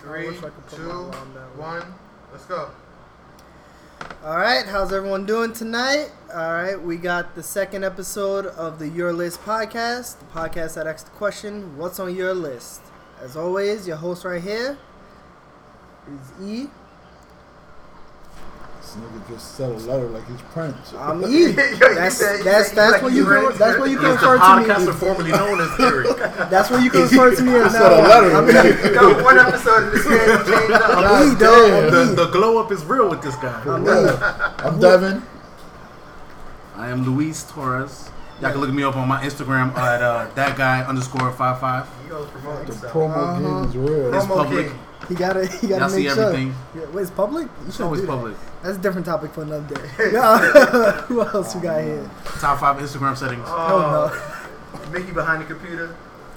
Three, wish I could put my two, alarm down. one. Let's go. All right, how's everyone doing tonight? All right, we got the second episode of the Your List podcast, the podcast that asks the question, "What's on your list?" As always, your host right here is E. This nigga just said a letter like he's Prince. I'm E. Yo, you That's said- you that's said that's like what you you can read- that's what you can He's the refer to me. podcaster formerly known as Theory. That's what you can refer to me as said a now. letter. I'm E. Yo, one episode of this man changed up. I'm E, dog. the, the glow up is real with this guy. I'm E. I'm Devin. I am Luis Torres. Y'all can look me up on my Instagram at uh, that guy underscore five five. He goes promoting The himself. promo game is real. It's Promo public. king. He gotta he gotta Y'all make see sure. everything. Yeah, wait, it's public? You It's should always do that. public. That's a different topic for another day. Yeah. Who else we got here? Top five Instagram settings. Oh, Oh Mickey behind the computer.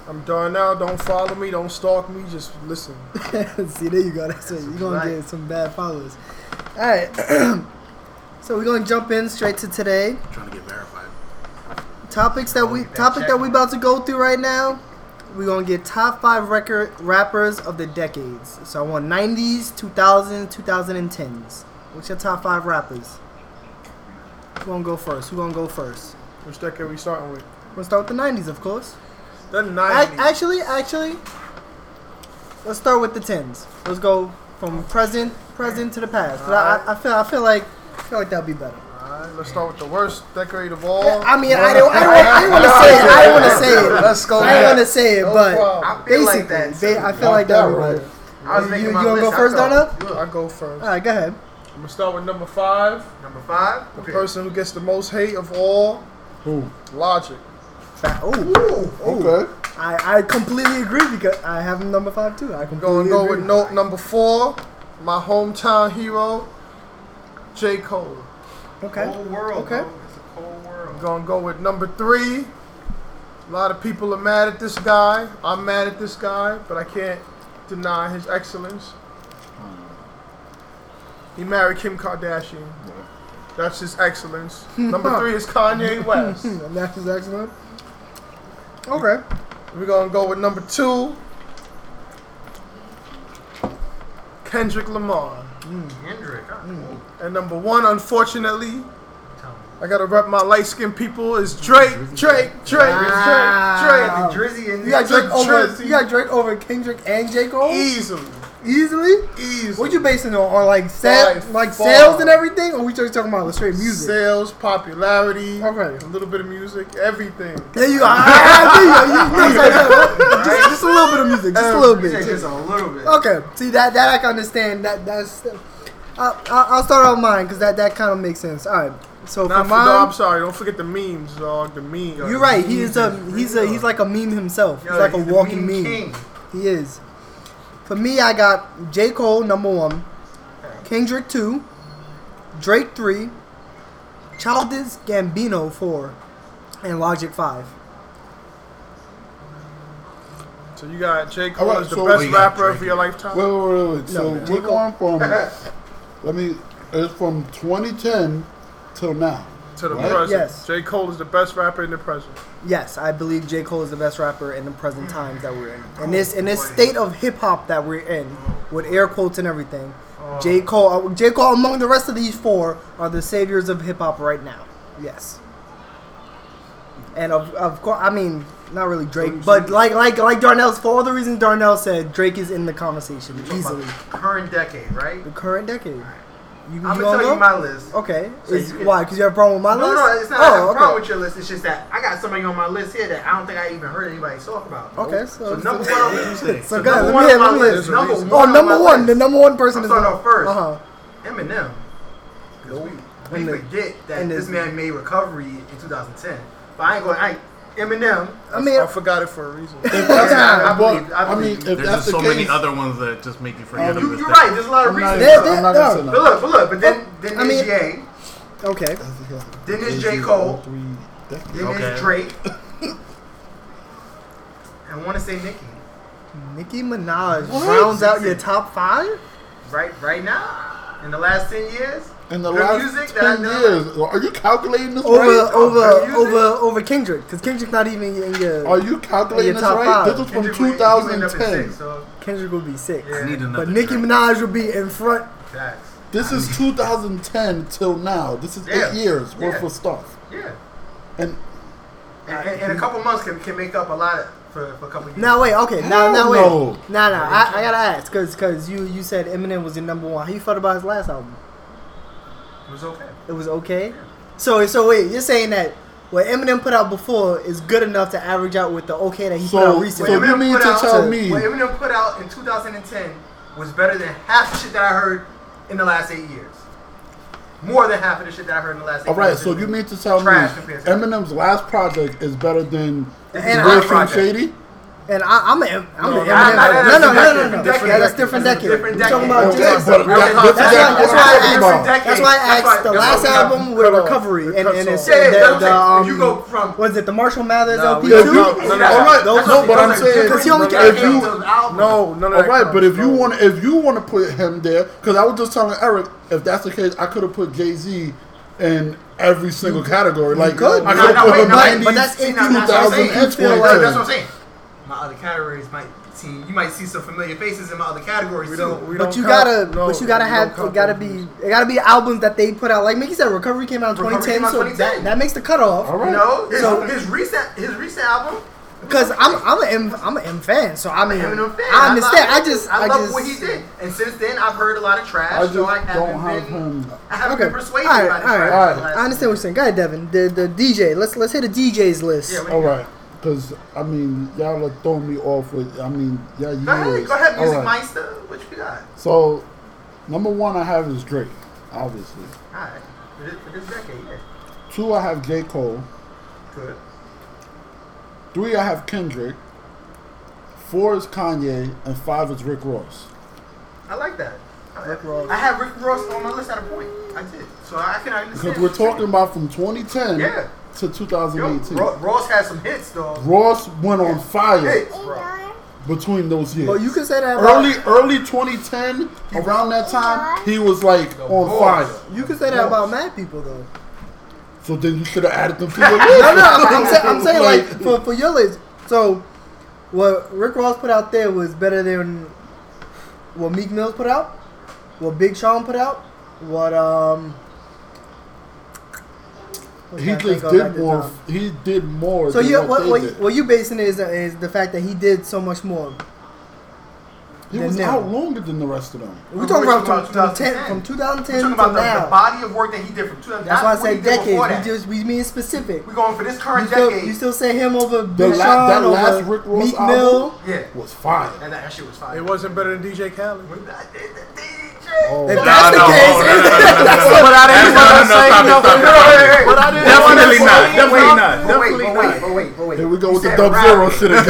I'm Darnell. Don't follow me. Don't stalk me. Just listen. no. See, there you go. That's it. You're gonna Right. get some bad followers. All right. so we're gonna jump in straight to today. trying to get verified. Topics that we topic that we about to go through right now. We're gonna get top five record rappers of the decades. So I want 90s, 2000s, 2010s. What's your top five rappers? Who gonna go first? Who gonna go first? Which decade we starting with? We'll start with the 90s, of course. The I, nineties. actually, actually, let's start with the tens. Let's go from present, present to the past. 'Cause I, I, I feel, I feel like, I feel like that'd be better. Alright, let's start with the worst decade of all. I mean, I don't, I don't, I don't want to say it. I don't want to say it. Let's go. I don't want to say it, No but problem. I feel basically, like that. they, too. I feel like that'd be Right. better. I was you- making you my gonna go list. I first, thought- Donna? I go first. All right, go ahead. I'm gonna start with number five. Number five. The person who gets the most hate of all. Who? Logic. Oh, Okay. I, I completely agree because I have him number five too. I Gonna completely go agree. with note number four. My hometown hero, J Cole. Okay. Whole world. Okay. bro. It's a cold world. I'm gonna go with number three. A lot of people are mad at this guy. I'm mad at this guy, but I can't deny his excellence. He married Kim Kardashian. That's his excellence. Number three is Kanye West. And that is excellent. Okay. We're gonna go with number two. Kendrick Lamar. Kendrick. huh? And number one, unfortunately, Tell me. I gotta rep my light skinned people, is Drake, Drake, Drake, Drake, Drake. Wow. Drizzy and You got Drake Drake over. Tracy. You got Drake over Kendrick and J Cole Easily. easily. Easily. What you basing it on? On like sa- By like far. sales and everything, or we just talking about the straight music? Sales, popularity, Okay. a little bit of music, everything. There you go. I- I- I see you. You- you- you- just, just a little bit of music, just a little You said bit. Just a little bit. Okay. See that that I can understand. That that's. I, I, I'll start on mine because that that kind of makes sense. All right. So Not for for dog, mine, I'm sorry. Don't forget the memes, dog. The memes. you're right. He is a he's a he's like a meme himself. Yo, He's like a he's the walking meme meme. king. He is. For me, I got J. Cole number one, Kendrick two, Drake three, Childish Gambino four, and Logic five. So you got J. Cole Alright, is the so best we got rapper Drake. of your lifetime. Wait, wait, wait. wait. So man. we're going from. let me. It's from 2010 till now. to the Right? present. Yes. J. Cole is the best rapper in the present. Yes, I believe J. Cole is the best rapper in the present times that we're in. In this in this boy. state of hip hop that we're in, with air quotes and everything, J. Cole uh, J. Cole among the rest of these four are the saviors of hip hop right now. Yes. And of of course, I mean, not really Drake, but like like like Darnell's for all the reasons Darnell said, Drake is in the conversation easily. Current decade, right? The current decade. You, I'm gonna gonna tell go? you my list. Okay. So is, you can- why? Because you have a problem with Oh, my No, list? Oh, no, it's not I have a okay. problem with your list. It's just that I got somebody on my list here that I don't think I even heard anybody talk about. Okay, So so, number one on my list, So, number guys, let one me hear, on my let me hear. list, number one Oh, on number my one. list. The number one person I'm is starting off first. Uh-huh. Eminem. 'Cause We, we And the- forget that and the- this man made recovery in 2010. But I ain't going. I ain't, Eminem. I mean, I forgot it for a reason. I But, believe- I believe- mean, if There's that's just the so case, many other ones that just make you forget. Um, of You, this you're decade. right. There's a lot of I'm not, reasons. Yeah, even- I'm not yeah. gonna say But no. look, but look. But then, then I there's mean- Ye. okay. Then there's Jay J. Cole. Three decades. Then Okay. there's Drake. I want to say Nicki. Nicki Minaj rounds out your top five? Right, right now, in the last ten years, in the The music last that I ten know- years. Are you calculating this Over, right? over, Are you over, over Kendrick, because Kendrick's not even in your. Are you calculating Your this top right? five. This is Kendrick from went- he went up in six, 2010. so Kendrick will be six, Yeah. I need another. but Nicki drink. Minaj will be in front. facts. This is 2010 till now. This is Yeah. eight years worth Yeah. of stuff. Yeah. And And, and, and a couple months can, can make up a lot for, for a couple years. Now wait, okay, now Hell now wait, no. nah nah, I, I gotta ask, cause cause you you said Eminem was your number one. How you felt about his last album? it was okay. It was okay. So so wait, you're saying that what Eminem put out before is good enough to average out with the okay that he put out so, so recently? Wait a you minute, mean put to out- tell to- me What Eminem put out in 2010 was better than half the shit that I heard in the last eight years. More than half of the shit that I heard in the last eight All right, years. so you mean to tell me Trash compared to- Eminem's last project is better than And Real our Slim project. Shady? And I, I'm an I'm No, an Eminem. No, no, no, no, no, no. no, that's That's different different decade. decade. That's a different We're talking decade. about Okay, Jason. but That's why- that's not- that's that's why not I different asked. decade. That's why I That's why- asked the that's last why we have- album with cut off. recovery It and cuts and off. it's Yeah, yeah, that's what the, I'm saying. um, If you go from- was it the Marshall Mathers Nah, LP we- If too? you, No, no, no. all right, Those- no, but I'm Those are saying, different Because he only got if decades you, of albums. No, none of all that. right, but if you counts, want, if you want to put him there, because I was just telling Eric, if that's the case, I could have put Jay Z in every single category. Like, could. I No, could have no, put wait, the no, wait, nineties, but that's See, in now, that's what I'm 2000, saying. and Feel like- That's what I'm 2010. saying. My other categories might see. You might see some familiar faces in my other categories We too. don't, we But don't you count- gotta, no, but you gotta we don't have, count it gotta those be, movies. it gotta be albums that they put out. Like Mickey said, Recovery came out in Recovery 2010, came out so 2010. that, that makes the cutoff. All right. No, his, So- his recent his recent album. Because I'm, I'm an M, I'm an M fan, so I mean, Eminem fan. I understand. I, love- just, I, I, love just, what he did, and since then I've heard a lot of trash. I just so I don't haven't have been, him. I haven't Okay. been persuaded All right, by the all right, trash. all right. the last- I understand what you're saying. Go ahead, Devin. The the DJ. Let's let's hit the DJ's list. Yeah, we- All right, because I mean, y'all are throwing me off with. I mean, yeah, years. Go ahead, go ahead, All Music right. Meister. What you got? So, number one I have is Drake, obviously. All right, for this, for this decade, yeah, Two, I have J. Cole. good. Three, I have Kendrick. Four is Kanye, and five is Rick Ross. I like that. Rick Ross. I have Rick Ross on my list at a point. I did, so I can understand. Because we're what you're talking about from 2010 Yeah. to saying. 2018. Yo, Ro- Ross had some hits though. Ross went on fire Hits, bro. between those years. Well, you can say that about early, early 2010, around that time, he was like on Ross. fire. you can say that about mad people though. So then you should have added them to the list. No, no, I'm, I'm, say, I'm saying like for for your list. So what Rick Ross put out there was better than what Meek Mill put out, what Big Sean put out, what um. what he can I think just of at did the more. time? He did more. So than yeah, what what they what, you- did. what you basing it is is the fact that he did so much more. he than was them. out longer than the rest of them. We're talking about, We're talking from, about 2010, from We're 2010 talking to about the, the now. body of work that he did from 2000. That's why I what he say did before decades. that. We just we mean specific. We're going for this current You still, decade. you still say him over Big la- Sean, that last over Rick Ross Meek album? Mill. yeah, Was fire. that, that shit was fire. It wasn't better than DJ Khaled. When I did the DJ. Oh. If Nah, that's no, the hold on, no, no, no, case, no, no, no, no. But I didn't That's wanna not- say no, stop it, Wait, wait, wait, wait. stop it, stop it. Definitely not, definitely nothing. But I didn't wanna say nothing. not. But wait, Definitely but wait, not. but wait, but wait. Here we go We with the said Dub Zero rap. shit again.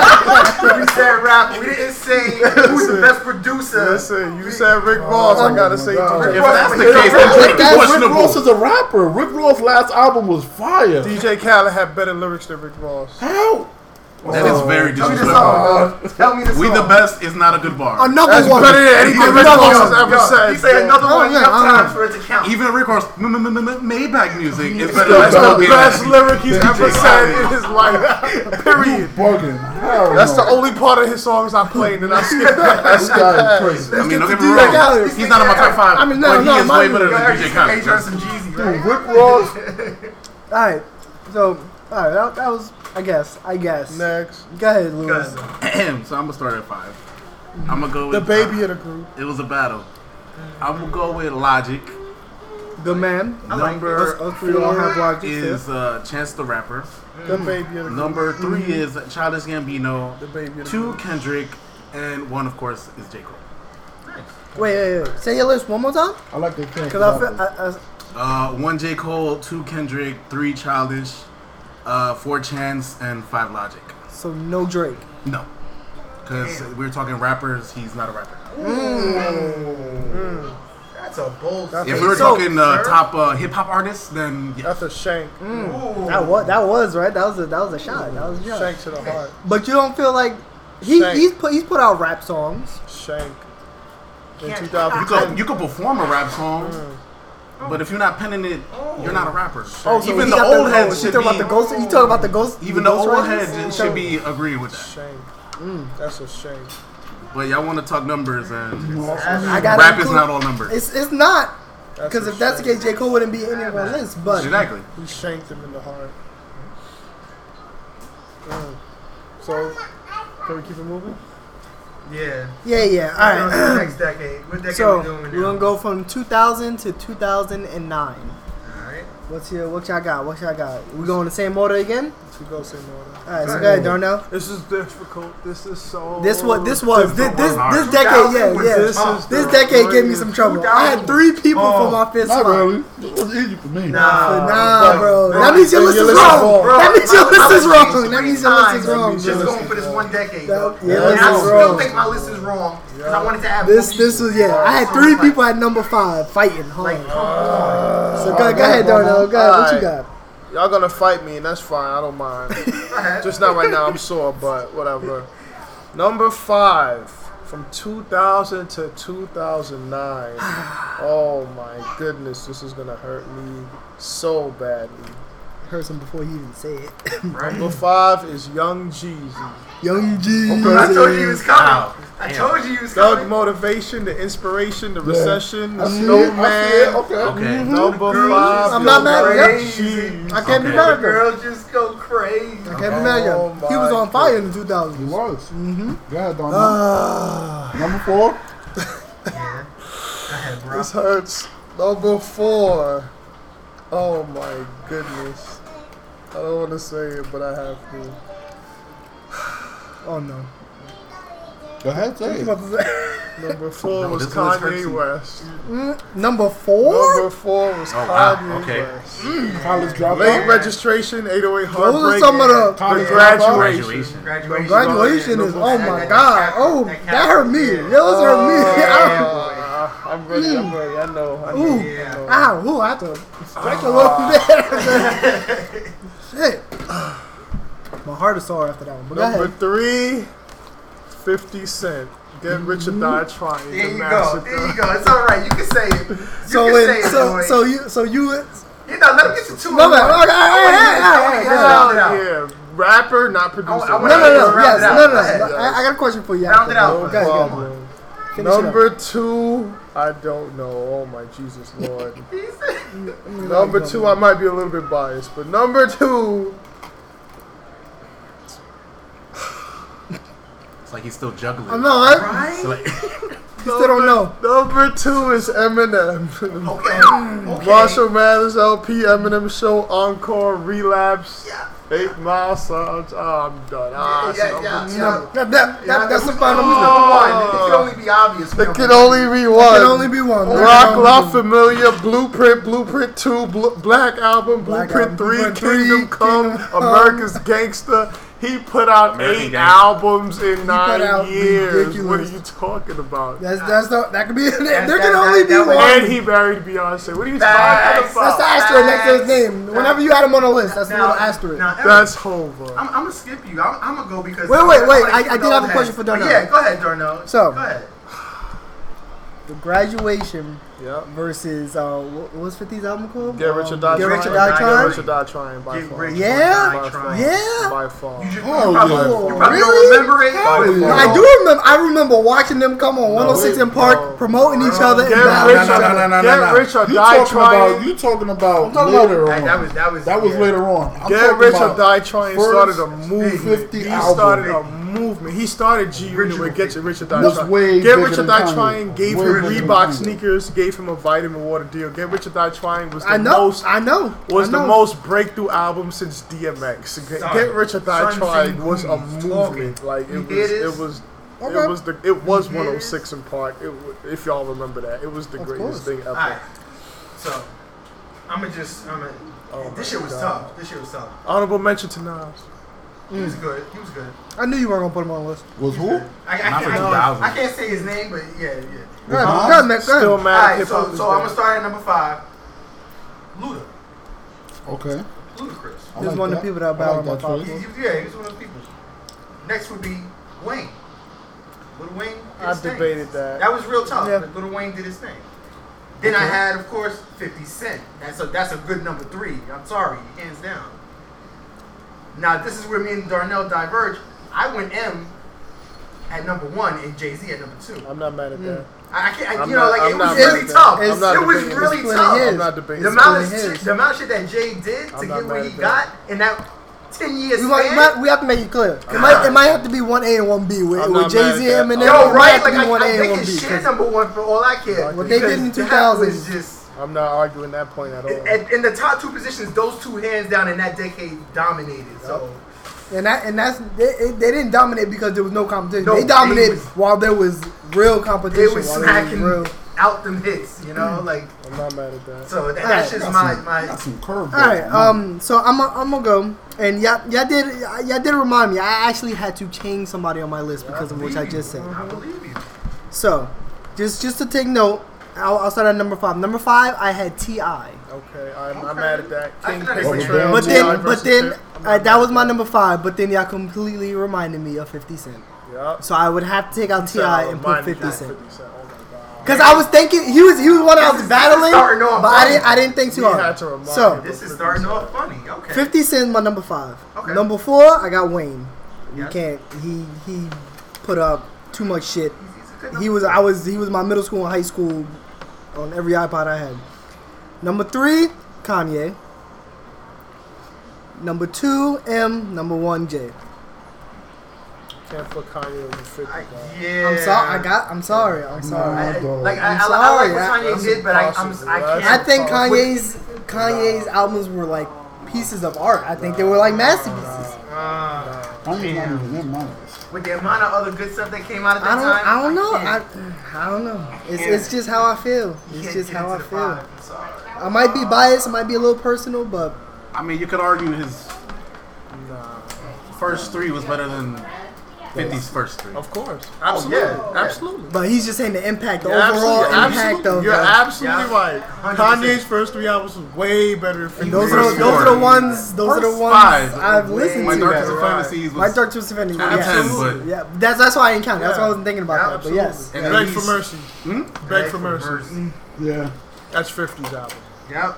We said rap. We didn't say who's the best producer. Listen, you said Rick Oh Ross. I gotta my say God. DJ If Ross that's was the good. case, Rick then Drake Rick is Ross- Rick Ross questionable. is a rapper. Rick Ross' last album was fire. DJ Khaled had better lyrics than Rick Ross. How? That is very Tell me the disrespectful. song, bro. Tell me the song. We the best is not a good bar. another That's one. better than anything Rick Another Ross one. has ever Yo, said. he said another Oh, one yeah, enough I times for it to count. Even Rick Ross m- m- m- m- Maybach music is better That's than the Maybach. best lyric he's ever Khaled. said in his life. Period. Bugging. Hell That's no. the only part of his songs I played, and I skipped This guy is I crazy. mean, don't get me DJ wrong. Khaled. He's not in my top five. I mean, no, but no, he is my- way better Yo, than Eric, DJ Hey, Khaled. John, some Jeezy, Dude, right? Rick Ross. All right, so all right, that, that was I guess I guess. Next. Go ahead, Louis. Because so I'm gonna start at five. I'm gonna go with Mm-hmm. uh, The baby of the group. It was a battle. I'm gonna go with Logic. The man. like Number Us- us three don't have four Logic, is uh, Chance the Rapper. The baby of the group. Number 3 is Childish Gambino. Mm-hmm. The baby of the Two group. Kendrick, and one of course is J Cole. Wait, wait, wait. Say your list one more time, I like the thing. cause I feel. I, I, Uh, one J Cole, two Kendrick, three Childish, uh, four Chance, and five Logic. So no Drake. No, because we were talking rappers. He's not a rapper. that's a bold That's If statement, we were So- Uh, talking uh, sir. top uh, hip hop artists, then yeah. That's a shank. Ooh. That was that was right. That was a that was a shot. That was a shot. Shank to the heart. But you don't feel like he, Shank. he's put he's put out rap songs. Shank. in can't- You 2010. could you could perform a rap song, but if you're not penning it, you're not a rapper. Mm. Oh, so even he the got old heads you should be. talking about the ghost. You talking about the ghost? even the the Ghost old Riders? heads should be agreeing with that. Shame. That's a shame. But y'all want to talk numbers and I got rap is not all numbers. It's it's not because a if that's the shame. case, J Cole wouldn't be any of our list. But Exactly. He shanked him in the heart. Mm. So, can we keep it moving? Yeah. yeah, yeah. All All right. right. next decade. What decade So we doing we're gonna now? go from 2000 to 2009. All right. What's your what y'all got? What y'all got? We going the same order again? If you go say more. than- All right, so go ahead, Darnell. This is difficult. This is so. This what this was Oh, this this, this Alright. decade. Yeah, 2000 was This yeah. Oh, is This the decade gave me some greatest- trouble. I had three people for my fist Not spot. really. It was easy for me. Nah. Nah, bro. bro, That means your your list is list is wrong. wrong. That means your I- list I is was wrong. changed That three means your list is times wrong, Just bro. going for this one decade. That- though. yeah, and this I is still wrong. think my list is wrong because I wanted to have more This people. this was yeah. I had So three it's like, people at number five fighting hard. Like, come on. So go, go ahead, Darnell. Go ahead. What you got? Y'all gonna fight me, and that's fine. I don't mind. Go ahead. Just not right now. I'm sore, but whatever. Number five from 2000 to 2009. Oh my goodness, this is gonna hurt me so badly. Heard some before he even said it. right? Number five is Young Jeezy. Young G. I told you he was coming. Wow. I Damn. told you he was Thug coming. motivation, the inspiration, the recession, the I see it. I see it. snowman. Okay. Mm-hmm. Okay. Number Girl, five. I'm not Young mad at that. Jeezy. I can't be mad Okay. The at him. girls just go crazy. I can't be mad at Oh him. He was my on fire in the He 2000s. was. Mm-hmm. Go ahead, Donald. Uh, Number four. Yeah. Go ahead, bro. This hurts. Number four. Oh my goodness. I don't want to say it, but I have to. Oh no. Go ahead, say it. What was that? Number four No, was this list hurts Kanye me. West. Number four. Number four was Oh, wow. Kanye Okay. West. Mm-hmm. College dropout. Late registration, 808 Those are heartbreak. some of the. College dropout. The graduate. Graduation. Graduation. Graduation is oh That- my that- god oh that that hurt me counts. those hurt me ow Uh, I'm ready. I'm ready. I know. Mm. I know. Ooh. I know. ow ooh, I have to stretch a little bit shit my heart is sore after that one but go Number ahead three, 50 Cent. Get rich or die trying. Mm-hmm. There The you go. massacre. There you go. It's all right. You can say it. You so can when, say it. so boy. so you so you you know, let him get to two. no and man one. okay, alright, alright, alright, Get Hell out. Round it yeah. Rapper, not producer. I no no no Round it yes out. no no Go no ahead. I, I got a question for you Round it out. go No ahead, go ahead. problem. Finish it up. Number two, I don't know. Oh my Jesus Lord. number two, I might be a little bit biased, but number two, It's like he's still juggling. I know right Right? So, like, you still don't know number two is Eminem. Okay. okay. Marshall Mathers LP Eminem Show Encore Relapse. Yeah. Eight Mile Sounds. Ah, I'm done. Ah, Yeah, number yeah, two. yeah. that, that, that, that's the final one Oh, one. It can only be obvious. It can only be one. there can only be one There can Rock only be La one. Familia, Blueprint, Blueprint 2, Bl- Black Album, Black Blueprint Album, 3, Blueprint Kingdom three, Come, Kingdom Come. America's Gangster. He put out American eight Gangsta. albums in nine out years. What are ridiculous- you talking about? That's that's the that could be there can that- that- only be that- one. and he married Beyonce. What are you talking Facts. That's the about? asterisk next to his name. Whenever you add him on a list, that's the Now, little asterisk. now, Evan, That's Hova. I'm, I'm gonna skip you. I'm, I'm gonna go because. Wait, wait, wait. I- keep I the did have old a question heads. for Darnell. Yeah, go ahead, Darnell. So- go ahead. The graduation Yep. versus uh, what what was 50's album called? Get Rich or Die Get Trying. Rich or Die Get Trying? Rich or Die Trying by Get far. rich. Yeah? or die trying. Yeah. By far. You, just, Oh, you probably, yeah. you probably Really? don't remember it. Hell but you yeah. know- I do remember. I remember watching them come on 106 in no, Park no. promoting each other. and Get battling Rich each or- other. no, no, Get no. Rich You or uh, Die talking Trying. about? You talking about talking about- later Hey, on? that was that was That was yeah. later on. I'm Get talking Rich or about Die Trying first started a movement. 50 He album. started a movement. He started G Unit with Get Rich or Die was Trying. way Get bigger Rich or than Die Kanye. Trying gave Way him bigger than Reebok Kanye. sneakers, gave him a vitamin water deal. Get Rich or Die Trying was the I know. most I know. was I the know. most breakthrough album since DMX. Get, Son. Get Rich or Die Son Trying City was a Blues. movement. Like it You was, hear it this? was, Okay. it was the, it was You hear 106 in Park. It, wa- if y'all remember that, it was the course. greatest thing ever. Alright. So I'm gonna just I'm gonna. Oh this shit was tough. This shit was tough. Honorable mention to Nas. He Mm. was good. He was good. I knew you weren't gonna put him on the list. was who? I, I, Not can't, for I, 2000. I can't say his name, but yeah, yeah. Go ahead, go Nas? ahead, Mac, go ahead. Still mad. at Alright, hip-hop so is so I'm dead. gonna start at number five. Luda, Okay. Ludacris. I Just one of the that. people that I battled like my that father. He, choice. he, yeah, he was one of those people. Next would be Wayne. Lil Wayne. did I his thing. debated that. That was real tough. Yeah. but Lil Wayne did his thing. Then I had, of course, 50 Cent. That's a that's a good number three. I'm sorry, hands down. Now this is where me and Darnell diverge. I went M at number one and Jay Z at number two. I'm not mad at Mm. that. I, I can't, I, I'm you know, not- like I'm it not was mad really at that. tough. I'm not It was debating- really it's tough. his. I'm not debating. The amount, of It's really shit, his. the amount of shit that Jay did to I'm not get where mad he at got that. in that 10 years We, might, we might- we have to make it clear. It might, it might have to be one A and one B with, I'm with not Jay Z mad at and that. Eminem. Yo, it no, might right? have to Like, be one A I, I and one think B. it's shit 'cause number one for all I care. What they did because in 2000. that was just... I'm not arguing that point at all. At, in the top two positions, those two hands down in that decade dominated. So And that and that's they, it- they didn't dominate because there was no competition. No, they they dominated was- while there was real they competition. was while there was smacking real. out them hits, you know, like I'm not mad at that. so. That, Alright, that's just Got my some- my. got some curveballs. All right, man. um, so I'm i I'm gonna go, and y'all, y'all did y'all did remind me. I actually had to change somebody on my list because of what I believe just you. said. I believe you. So, just just to take note, I'll, I'll start at number five. Number five, I had Ti, Okay, I'm, I'm Okay. mad at that. I King can Paper understand. Trail, but T.I. then but versus then Pimp. I'm not uh, that mad was at my number five. But then y'all completely reminded me of Fifty Cent, Yup. so I would have to take out Ti So I and put reminded you Fifty of Cent. 50 Cent. Oh my God. Cause I was thinking he was he was one I was This is- this is battling, starting off but I funny. didn't I didn't think too We hard. had to remind So you. This is starting off funny. Okay. Fifty Cent my number five. Okay. Number four I got Wayne. You Yes. can't he he put up too much shit. He's- he's a good number. He was I was he was my middle school and high school on every iPod I had. Number three Kanye. Number two M. Number one J. Can't put Kanye over 50. I, dog. yeah. am sorry. I got. I'm sorry. I'm sorry. I, Nah, dog. like I, I'm I, I like sorry, what Kanye I- did, but I I'm, I That's can't. I think Fuck with- Kanye's Kanye's albums were like pieces of art. I think they were like masterpieces. Ah, I'm not damn. even in my list. With the amount of other good stuff that came out at I that don't. time, I don't know. can't- I, I don't know. It's, Yeah. it's just how I feel. It's can't just get how I into the feel. vibe. I'm sorry. I might be biased. It might be a little personal, but I mean, you could argue his Nah. first three was better than 50's first three. Of course. Absolutely. yeah. Absolutely. but he's just saying the impact, the You're overall absolutely- impact absolutely. of. You're the- absolutely Yeah. right. 100%. Kanye's first three albums was way better than and those are First those are the four. ones. Those are the First ones five, I've listened My to. Darkest Right. Fantasies My was dark twisted fantasy. Out of ten, Yes. but- Yeah, that's that's why I didn't count. That's why I wasn't thinking about Yeah, that. But yes, and Beg then for he's- Mercy. Hmm? Beg for Mercy. Yeah. That's 50's album. Yep.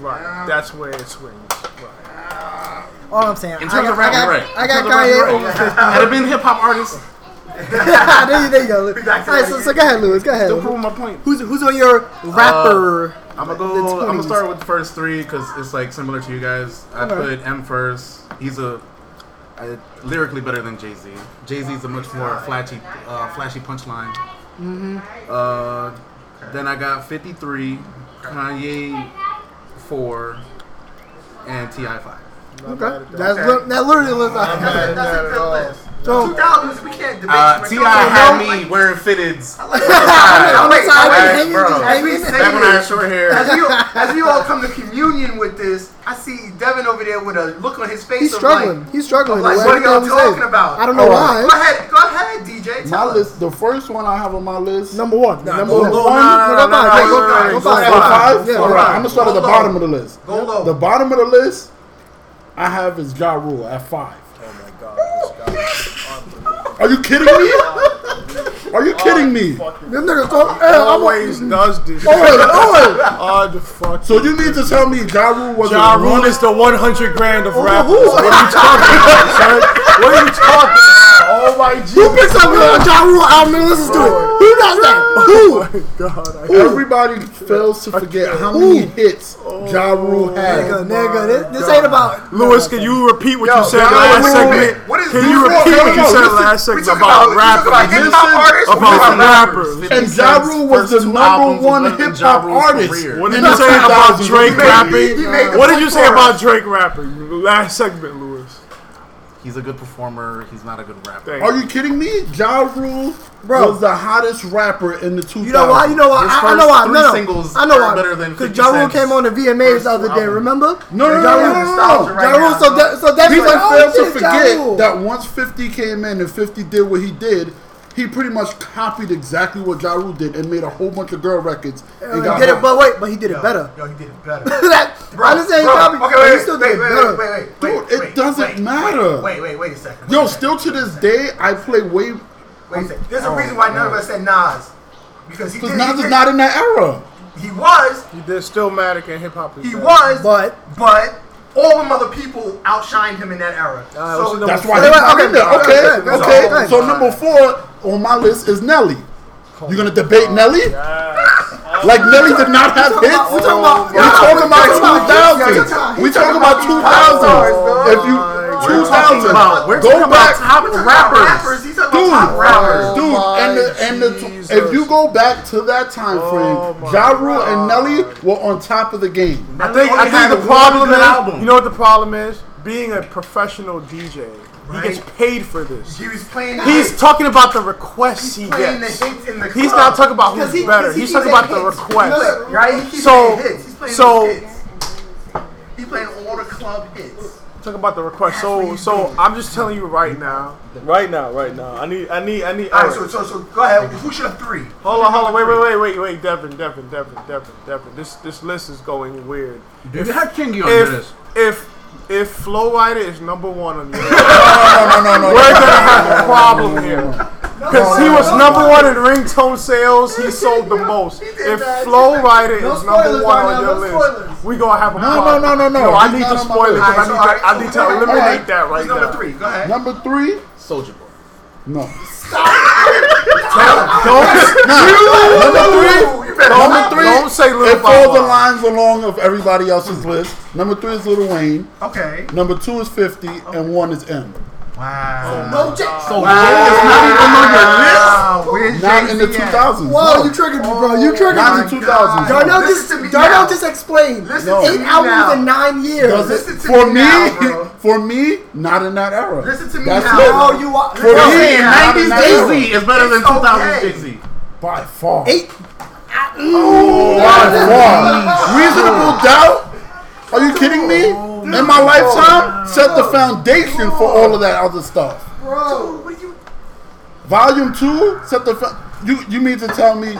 Right. Yeah. That's where it swings. Right. all I'm saying. In I terms got, of rap, I got, you're right. I In got terms of rap, you're Kanye right. over Had it been hip hop artists, there, you, there you go. back to All right, that so, again. so go ahead, Lewis. Go ahead. still proving my point. Who's who's on your Uh, rapper? I'm gonna the go. I'm gonna 20s? start with the first three because it's like similar to you guys. I Okay. put M first. He's a, I- lyrically better than Jay Z. Jay Z's a much more flashy, uh, flashy punchline. Mm-hmm. Uh, then I got 53, Kanye four, and Ti five. Not mad okay, at that. that's li- that literally looks Not like. Um, mad That's, at that's that a at good all. list. So 2000s, we can't debate. Uh, Like, Ti come on, had bro. me wearing fitteds. I like- I'm sorry, Wait, wait, I Alright, hate bro. you. I hate That's you. Back when I had short hair. As we, as we all come to communion with this, I see Devin over there with a look on his face. He's of struggling. Like, He's struggling. like, with what are y'all everything I'm saying. talking about? I don't know Oh, go why. ahead, go ahead, DJ. My Tell us. list, the first one I have on my list. Number one. Number no, one. no, Number no, no, one. no, no, Go by, no, no, go no, by, no, go no, by. five? Yeah. All right, I'm going to start at the Hold on. bottom of the list. Go low. The bottom of the list I have is Ja Rule at five. Oh my God. This Are you kidding me? Oh, Are you kidding me? Oh, guy. Fucking This nigga talk. eh, I'm a- always does this. Owen, Owen. Odd fucking. So you mean to tell me Ja Rule was Ja a Rule one- is the 100 grand Oh, of rappers. who? What are you talking about, son? What are you talking about? Oh my Who Jesus. picks up a Ja Rule album and listens to it? Who does that? Who? Oh God, I Everybody fails to forget how many hits Ja Rule Nigga, had. nigga, this, this ain't about Lewis, can you repeat what you Yo, said wait, last wait, segment? wait. What is Can this you for? repeat Yo, what yo, you said listen, last we segment talking about about, we talking rappers? about hip-hop Listen, artists. we talking About about rappers. And Ja Rule was the number one hip hop artist. What did in you the say about 2000s. Drake He- he made rapping? the What did you say point for about us. Drake rapping? Last segment, Lewis. He's a good performer. He's not a good rapper. Thank Are you kidding me? Ja Rule Bro. was the hottest rapper in the 2000s. You know why? You know why? His I, I know first why. three No, no. singles I know are why. better than Because 50 Ja Rule Cent's came on the VMAs the other day, album. remember? No, no, no, Ja Rule- no, no, no. Nostalgia right Ja Rule, now. so, that, so that's People like, fail oh, to shit, Ja forget Rule. that once 50 came in and 50 did what he did, he pretty much copied exactly what Ja Rule did and made a whole bunch of girl records. He And got did hot. it, but wait, but he did it better. Yo, he did it better. that, Bro, I'm just saying, bro, Bobby, okay, but wait, he still wait, did it better. wait, wait, wait, wait, Dude, it wait, doesn't wait, matter. Wait, wait, wait a second. Yo, wait a second. still to this day, I play way Wait a second. There's a Oh, reason why none of no. us said Nas. Because he Because did- Nas he is did- not in that era. He was. He did Stillmatic and Hip Hop. is He Dead. was. But But all them other people outshined him in that era. right, so what's the That's number why four? he's Wait, not okay, in there. okay, Okay, good, that's okay. all. So number four on my list is Nelly. You gonna debate Nelly? Like Nelly did not have hits. we're talking about- we yeah, talking about we're talking about- two yeah, thousand. yeah, We talking yeah, about yeah, two yeah, thousand. If you yeah, two We're talking about, thousand, we're go talking about back, top We're talking about rappers. rappers. He's talking dude, about top rappers. dude, Oh and the my and the tw- Jesus. if you go back to that time Oh my frame, Ja Rule and God. Nelly were on top of the game. I Only think, I had think one the problem good is, album. you know what the problem is? Being a professional DJ, Right. he gets paid for this. He was playing. He's talking about the requests he playing gets. the hits in the He's club. not talking about who's 'Cause he- better. 'cause he He's talking keeps about the hitting hits. requests. Look, right. He's So- playing hits. He's playing so- hits. He's playing all the club hits. Talk about the request. So, so I'm just telling you right now, right now, right now. I need, I need, I need. All right. Eric. So so so go ahead. Who's your three? Hold on, hold on, wait, wait, wait, wait, wait, Devin, Devin, Devin, Devin, Devin. This this list is going weird. You had King on your If list. if if Flow Rider is number one on your No, no, no, no. We're gonna have a problem here. Because he was number one in ringtone sales, he sold the most. If Flow Rider No is number spoilers one right now, on your no list, spoilers. we gonna have a no, problem. no, no, no. I He's need not to on my spoil it. list. I need Alright, to, I need so- to eliminate alright. that right Who's number now. three? Go ahead. Number three, Soldier Boy. no. Don't, Number three, You better Number Don't- three, don't say it Lil Bow falls Wow. the lines along of everybody else's list. Number three is Little Wayne. Okay. Number two is 50, and one is M. Wow. no Jay. Soldier Boy is not even on your list. Wow. Where's Not in the Jay-Z at? 2000s. Whoa, no. you triggered me, bro. You triggered Not in me. God. 2000s. Darnell Listen just to me Darnell now. just explained. Listen No. to Eight me albums in now. nine Does years. it- Listen to for me me, now, bro. for me, not in that era. Listen to me That's now. Oh, it. No, you are. For no, me, Yeah, not in 90s that era. Jay Z is better than It's 2000s okay. Jay Z. By far. Eight. By far. Reasonable doubt? Are you kidding me? In my lifetime, set the foundation for all of that other stuff. Bro. Volume two, set the. fa- You you mean to tell me?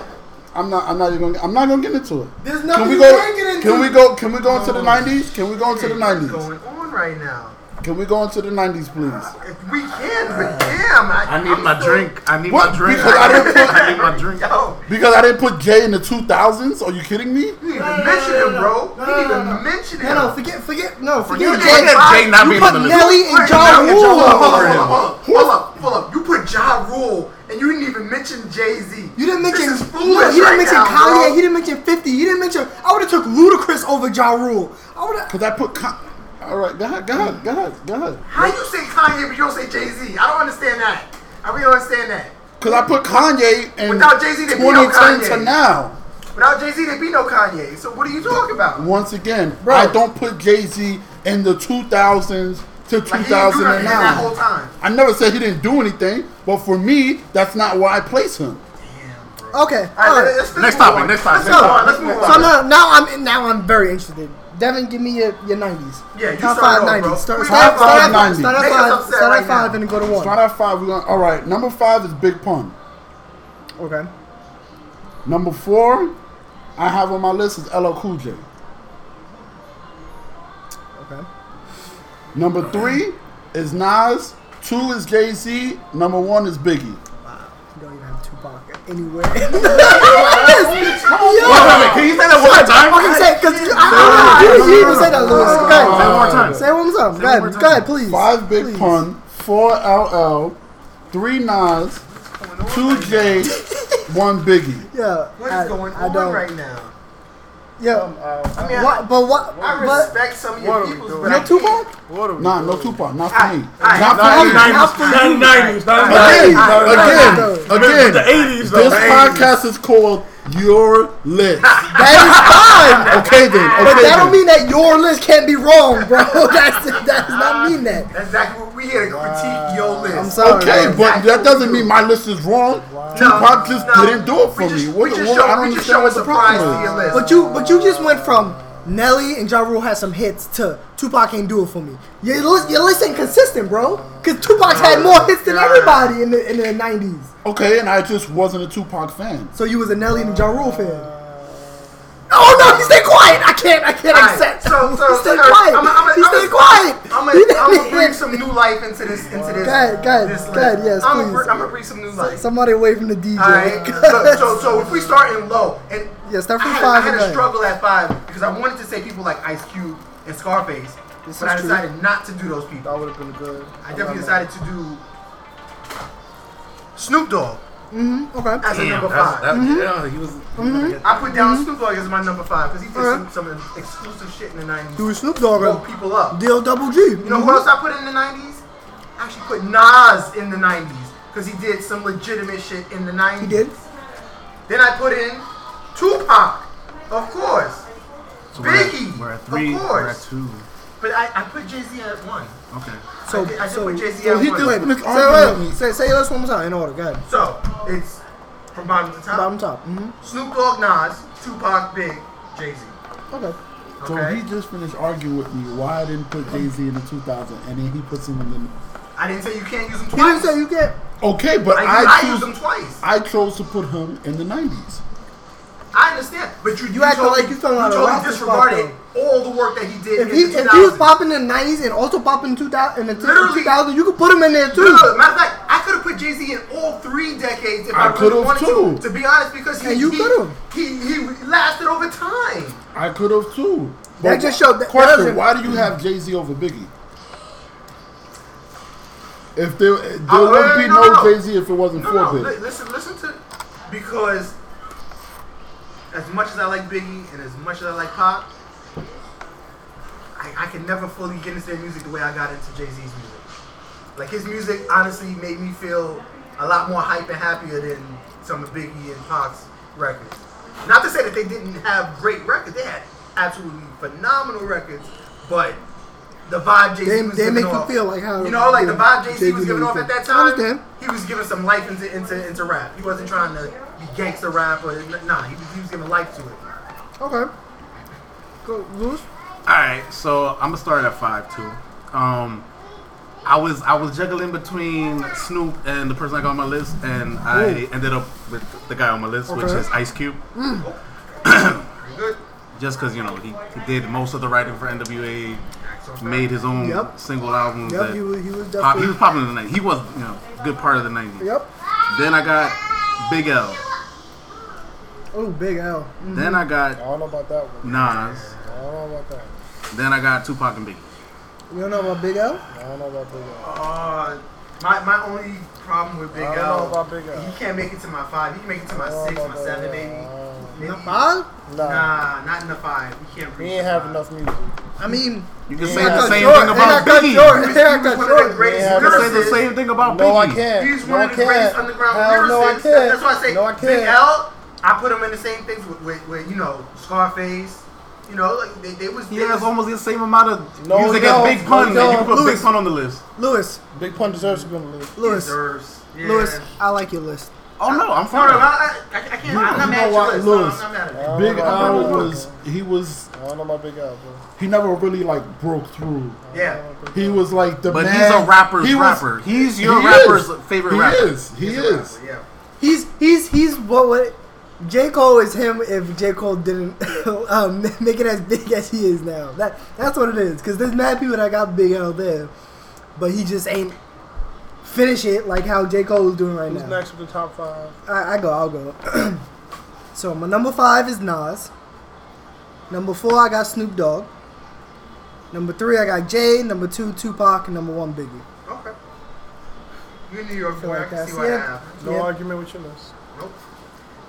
I'm not. I'm not even. Gonna, I'm not gonna get into it. There's nothing can we you go? can get into. Can we go? Can we go into the '90s? Can we go into the What's '90s? going on right now? Can we go into the '90s, please? If we can, but damn, I, I need my drink. I need What? my drink. Because I didn't put- I need my drink. Yo, Because I didn't put Jay in the 2000s. Are you kidding me? you didn't even mention him, bro. no, You didn't no, even mention No, him. no, forget, forget, no, You forget Jay. can't have Jay not You being put on the list. Nelly and Wait, Ja no, hold up, Rule. hold up, Hold up, hold up. You put Ja Rule, and you didn't even mention Jay Z. You didn't mention This you is didn't- foolish you right didn't mention now, Kanye. bro. He didn't mention Fifty. He didn't mention. I would have took Ludacris over Ja Rule. I would have. Because I put. Con- all right, go ahead, go ahead, go ahead, go ahead. How you say Kanye, but you don't say Jay Z? I don't understand that. I really don't understand that. Because I put Kanye in Without Jay-Z, they beat out Kanye. 2010 to now. Without Jay Z, there'd be no Kanye. So what are you talking about? Once again, Bro. I don't put Jay Z in the 2000s to Like, he didn't do nothing 2009. that whole time. I never said he didn't do anything, but for me, that's not why I place him. Damn, bro. Okay. All All right. right, let's- let's Next move topic, on. next topic. Let's move on. Let's move So now, on. now I'm now I'm very interested. Devin, give me your, your 90s. Yeah, you top five start 90s. it off, bro. Start, We start, got start, five at- start at 90s. Make us five, upset start at right five, now. and then go to one. Start at five. We're gonna, all right. Number five is Big Pun. okay. Number four, I have on my list is LL Cool J. Okay. Number three is Nas. Two is Jay Z. Number one is Biggie. You don't even have Tupac anywhere. Yo, Wait, wait, wait, Can you say that one more time? fucking say because I, I, I, I, you even say that, Louis. Go Say it ahead. one more time. Say it one more time. Go it one ahead. more Go time. ahead, please. Five Big Please. Pun. Four LL. Three Nas. Two Jay. one Biggie. Yeah. What I- is going I on don't- right now? Yeah. I mean, What? But what? I But respect some of what your are we people's, doing? but no I can't- Tupac. What are we Nah, no doing? Tupac. Not for me. Aight, Not for aight, me. aight. Not nineties, Again, Alright, again, alright, again. The eighties, though. This The 80s. podcast is called Your List. That is fine. Okay then. But Okay that don't mean then. that your list can't be wrong, bro. That's that does not mean that. That's exactly what we here to critique your list. I'm sorry. Okay, bro. but that doesn't mean my list is wrong. Tupac just no. didn't do it for We just- me. What, we just what- show- I don't we just understand what show the a surprise to your problem is. list. But you but you just went from Nelly and Ja Rule had some hits to Tupac can't do it for me. Your list, your list ain't consistent, bro. Cause Tupac's had more hits than everybody in the in the nineties. Okay, and I just wasn't a Tupac fan. So you was a Nelly and Ja Rule fan. Oh no, he's stay quiet. I can't. I can't Alright, accept. so- so- He stayed so- quiet. I'ma- I'ma- He I'ma- stayed quiet. I'm He gonna, I'm gonna didn't- bring some new life into this into Go this. ahead, go ahead, this go ahead, yes, I'm please. Gonna, br- I'm gonna bring some new life. Somebody away from the DJ. All right. so, so, so if we start in low, and Yeah, start from I had, five I had and a then. struggle at five because I wanted to say people like Ice Cube and Scarface, This but is I true. decided not to do those That people. would have been good. I definitely decided to do Snoop Dogg okay. as a number that's- five. that- yeah, he was. I put down Mm-hmm. Snoop Dogg as my number five because he did some, Alright. some exclusive shit in the nineties. Do Snoop Dogg Woke or people up. Deal Double G. Mm-hmm. You know who else I put in the 90s? I actually put Nas in the 90s because he did some legitimate shit in the 90s. He did. Then I put in Tupac, of course. So we're at- Biggie, We're at of three. We're at course. two. But I, I put Jay Z at one. Okay. So I did, I did so. put Jay Z So at he one. just- Wait, Miss say, Argument wait, Me. say, say this one more time in order. Go ahead. So it's from bottom to top. Bottom top. Mm-hmm. Snoop Dogg, Nas, Tupac, Big, Jay Z. Okay. Okay. So he just finished arguing with me why I didn't put Jay Z in the 2000, and then he puts him in the. I didn't say you can't use them He didn't twice. say you get. Okay, but I, I, I, choose, used them twice. I chose to put him in the 90s. I understand, but you you, acting totally, like you fell out of totally Rock's disregarded spot, all the work that he did. If in he the if he was 2000s. popping in the '90s and also popping in 2000 and Literally. 2000, you could put him in there too. Dude, matter of fact, I could have put Jay Z in all three decades if I, I really could've wanted too. to. To be honest, because he And you he, could've. he he lasted over time. I could have too. That just showed- that- question: that- Why do you have Jay Z over Biggie? If there, there Uh, wouldn't wait, be no, no, no, no. Jay Z if it wasn't No, for no, Biggie. li- listen, listen to, because as much as I like Biggie and as much as I like Pop, I, I can never fully get into their music the way I got into Jay Z's music. Like his music, honestly, made me feel a lot more hype and happier than some of Biggie and Pac's records. Not to say that they didn't have great records; they had absolutely phenomenal records, but. The vibe Jay They- Z was they giving make you off, feel like how- you know, like the vibe Jay Z Jay-Z was giving made off you at that feel. I time understand. he was giving some life into into into rap. He wasn't trying to be gangster rap or nah. He was, he was giving life to it. Okay. Go, Lewis. All right, so I'm gonna start at five too. Um, I was I was juggling between Snoop and the person I got on my list, and I ended up with the guy on my list, which Okay. is Ice Cube, Mm. You good? just because you know he, he did most of the writing for NWA, made his own Yep. single albums. Yep, that he was, he was pop- he definitely. was popular in the 90s. He was you know a good part of the 90s. Yep. Then I got Big L. Oh, Big L. Mm. Then I Mm-hmm. I got don't know about that one. Nas. I don't know about that. Then I got Tupac and Biggie. You don't know about Big L? I don't know about Big L. Uh, my my only problem with Big I don't L, know about Big L. he can't make it to my five. He can make it to my I don't six, know my about seven, Big maybe. L. maybe. Five? Nah. Nah, not in the five. He can't He reach. ain't the have five. enough music. I mean, You can Yeah, say I the got same short. thing Hey, about I got short. Biggie. He was, Yeah, I got he was one of the short. greatest Yeah, You I can say the lyricists. same thing about No, I Biggie. can't. He's no, one of I the can't. greatest underground Hell lyricists. no, I can't. That's why I say No, I Big can't. L. I put him in the same things with, with, with you know Scarface. You know, like they, they was He they has was- almost the same amount of No, music he as don't. Big No, Pun, he and you don't. can put Big Louis. Pun on the list. Lewis, Big Pun deserves to be on the list. Lewis, Deserves. Yeah. Lewis. I like your list. Oh no, I'm No, no, I, fine. I, I can't. I'm You not know mad what, at you. Louis? I'm not mad at Uh, you. Big know about Al Big L. was he was I don't know about Big L, bro. he never really like broke through. Oh. Yeah. He was like the But man. he's a rapper's he was- rapper. He's your he rapper's is. favorite he rapper. Is. He is. Yeah. He's he's he's what what J Cole is him if J Cole didn't um, make it as big as he is now. That that's what it is. Because there's mad people that got big out there, but he just ain't finish it like how J Cole is doing right Who's now. next with the top five? I, I go, I'll go. so my number five is Nas. Number four, I got Snoop Dogg. Number three, I got Jay. Number two, Tupac. And number one, Biggie. Okay. You in New York, Feel boy. I like can see that's what it. happened. No Yeah. argument with your list. Nope.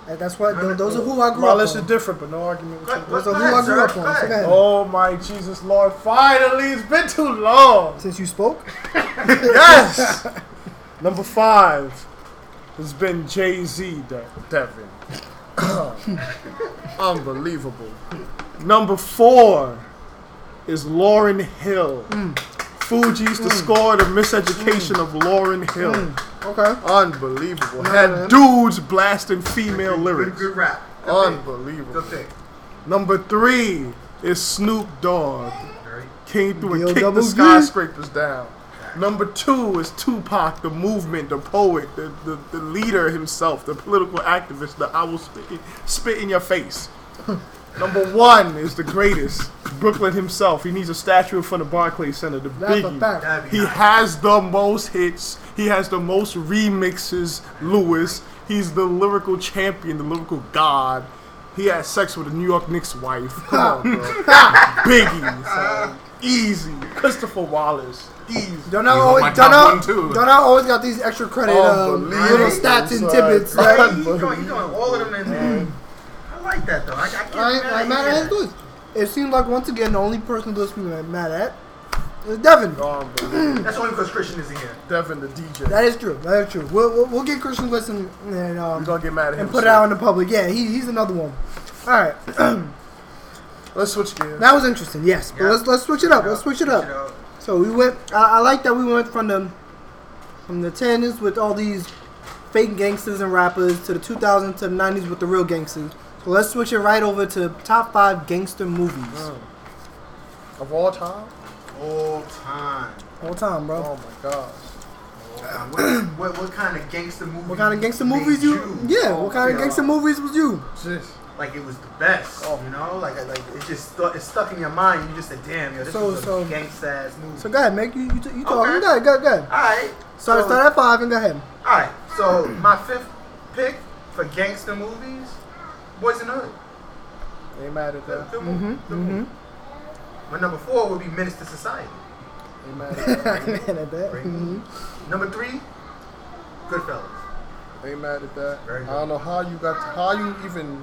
That- That's what Number th- those are four. who I grew My up list is on. different, but no argument with Go- your go- list. Those are go who I ahead, grew sir. up on. Go So go ahead. ahead. Oh my Jesus Lord! Finally, it's been too long. Since you spoke, Yes. Number five has been Jay Z, De- Devin. Unbelievable. Number four is Lauren Hill. Fuji's the score, the miseducation of Lauren Hill. okay. Unbelievable. man. Had dudes blasting Good- female Good, lyrics. good rap. Good pick. Unbelievable. Good pick. Number three is Snoop Dogg Alright. came through and Yo, kicked double the G. skyscrapers down. Number two is Tupac, the movement, the poet, the, the, the leader himself, the political activist, the I will spit, spit in your face. Number one is the greatest. Brooklyn himself. He needs a statue in front of Barclays Center. The That's a biggie. fact. That'd be He nice. has the most hits. He has the most remixes. Lewis. He's the lyrical champion, the lyrical god. He had sex with a New York Knicks wife. Come on, bro. Biggie. son. easy. Christopher Wallace. Easy. Don't He's on always, my don't top know, one, too. don't always got these extra credit um, Unbelievable, little stats and son. tidbits. Right, Like, you doing, you doing all of them in there. I like that though. I, I can't like, like Matt Ryan's good. It seemed like once again the only person those people are mad at is Devin. Unbelievable. That's only because Christian is in here. Devin the DJ. That is true. That is true. We'll, we'll, we'll get Christian Wilson and I'm um, gonna get mad at him. and put it soon. out in the public. Yeah, he, he's another one. All right, Let's switch gears. that was interesting. Yes, but Yeah. let's let's switch it up. Let's switch it up. So we went. I, I like that we went from the from the tens with all these fake gangsters and rappers to the 2000s to the 90s with the real gangsters. So let's switch it right over to top five gangster movies Of all time? All time. all time, bro. Oh my gosh. All time. What, what, what kind of gangster movie? What kind of gangster made movies you? Yeah. what kind of Oh, Yeah. gangster movies was you? Jeez. Like it was the best. Oh. You know, like like it just stu- it's stuck in your mind. You just said, damn, yo, this So- is a so- gangsta ass movie. So go ahead, Meg. You you, t- you talk. Okay. Go ahead. Go ahead. Go ahead. all right. Start so, start at five and go ahead. All right. So my fifth pick for gangster movies, Boys in the Hood. Ain't mad at The, that. the movie, Mm-hmm, the movie. My number four would be Menace to Society. Ain't mad at that. I'm mad at that. Great Mhm. movie. Number three, Goodfellas. Ain't mad at that. Very I don't know how you got how you even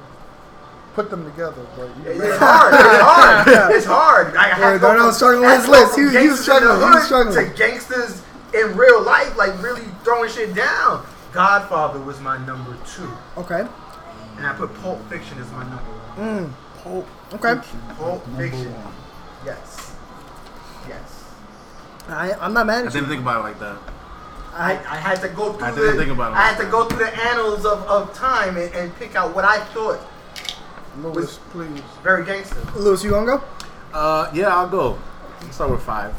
put them together, but you It's hard. It's hard. It's hard. I Yeah, have to go Darnell from- was struggling with his I have list. to go He- he was from struggling. He was gangsters in the struggling. hood To gangsters in real life, like really throwing shit down. Godfather was my number two, Okay. and I put Pulp Fiction as my number one. Mm. Okay. Pulp Fiction. one. Yes. Yes. I I'm not mad at I you. didn't think about it like that. I I, I had to go through. I didn't the, think about I it like had to that. go through the annals of, of time and, and pick out what I thought Lewis, please. very gangster. Lewis, you gonna go? Uh, yeah, I'll go. Let's start with five.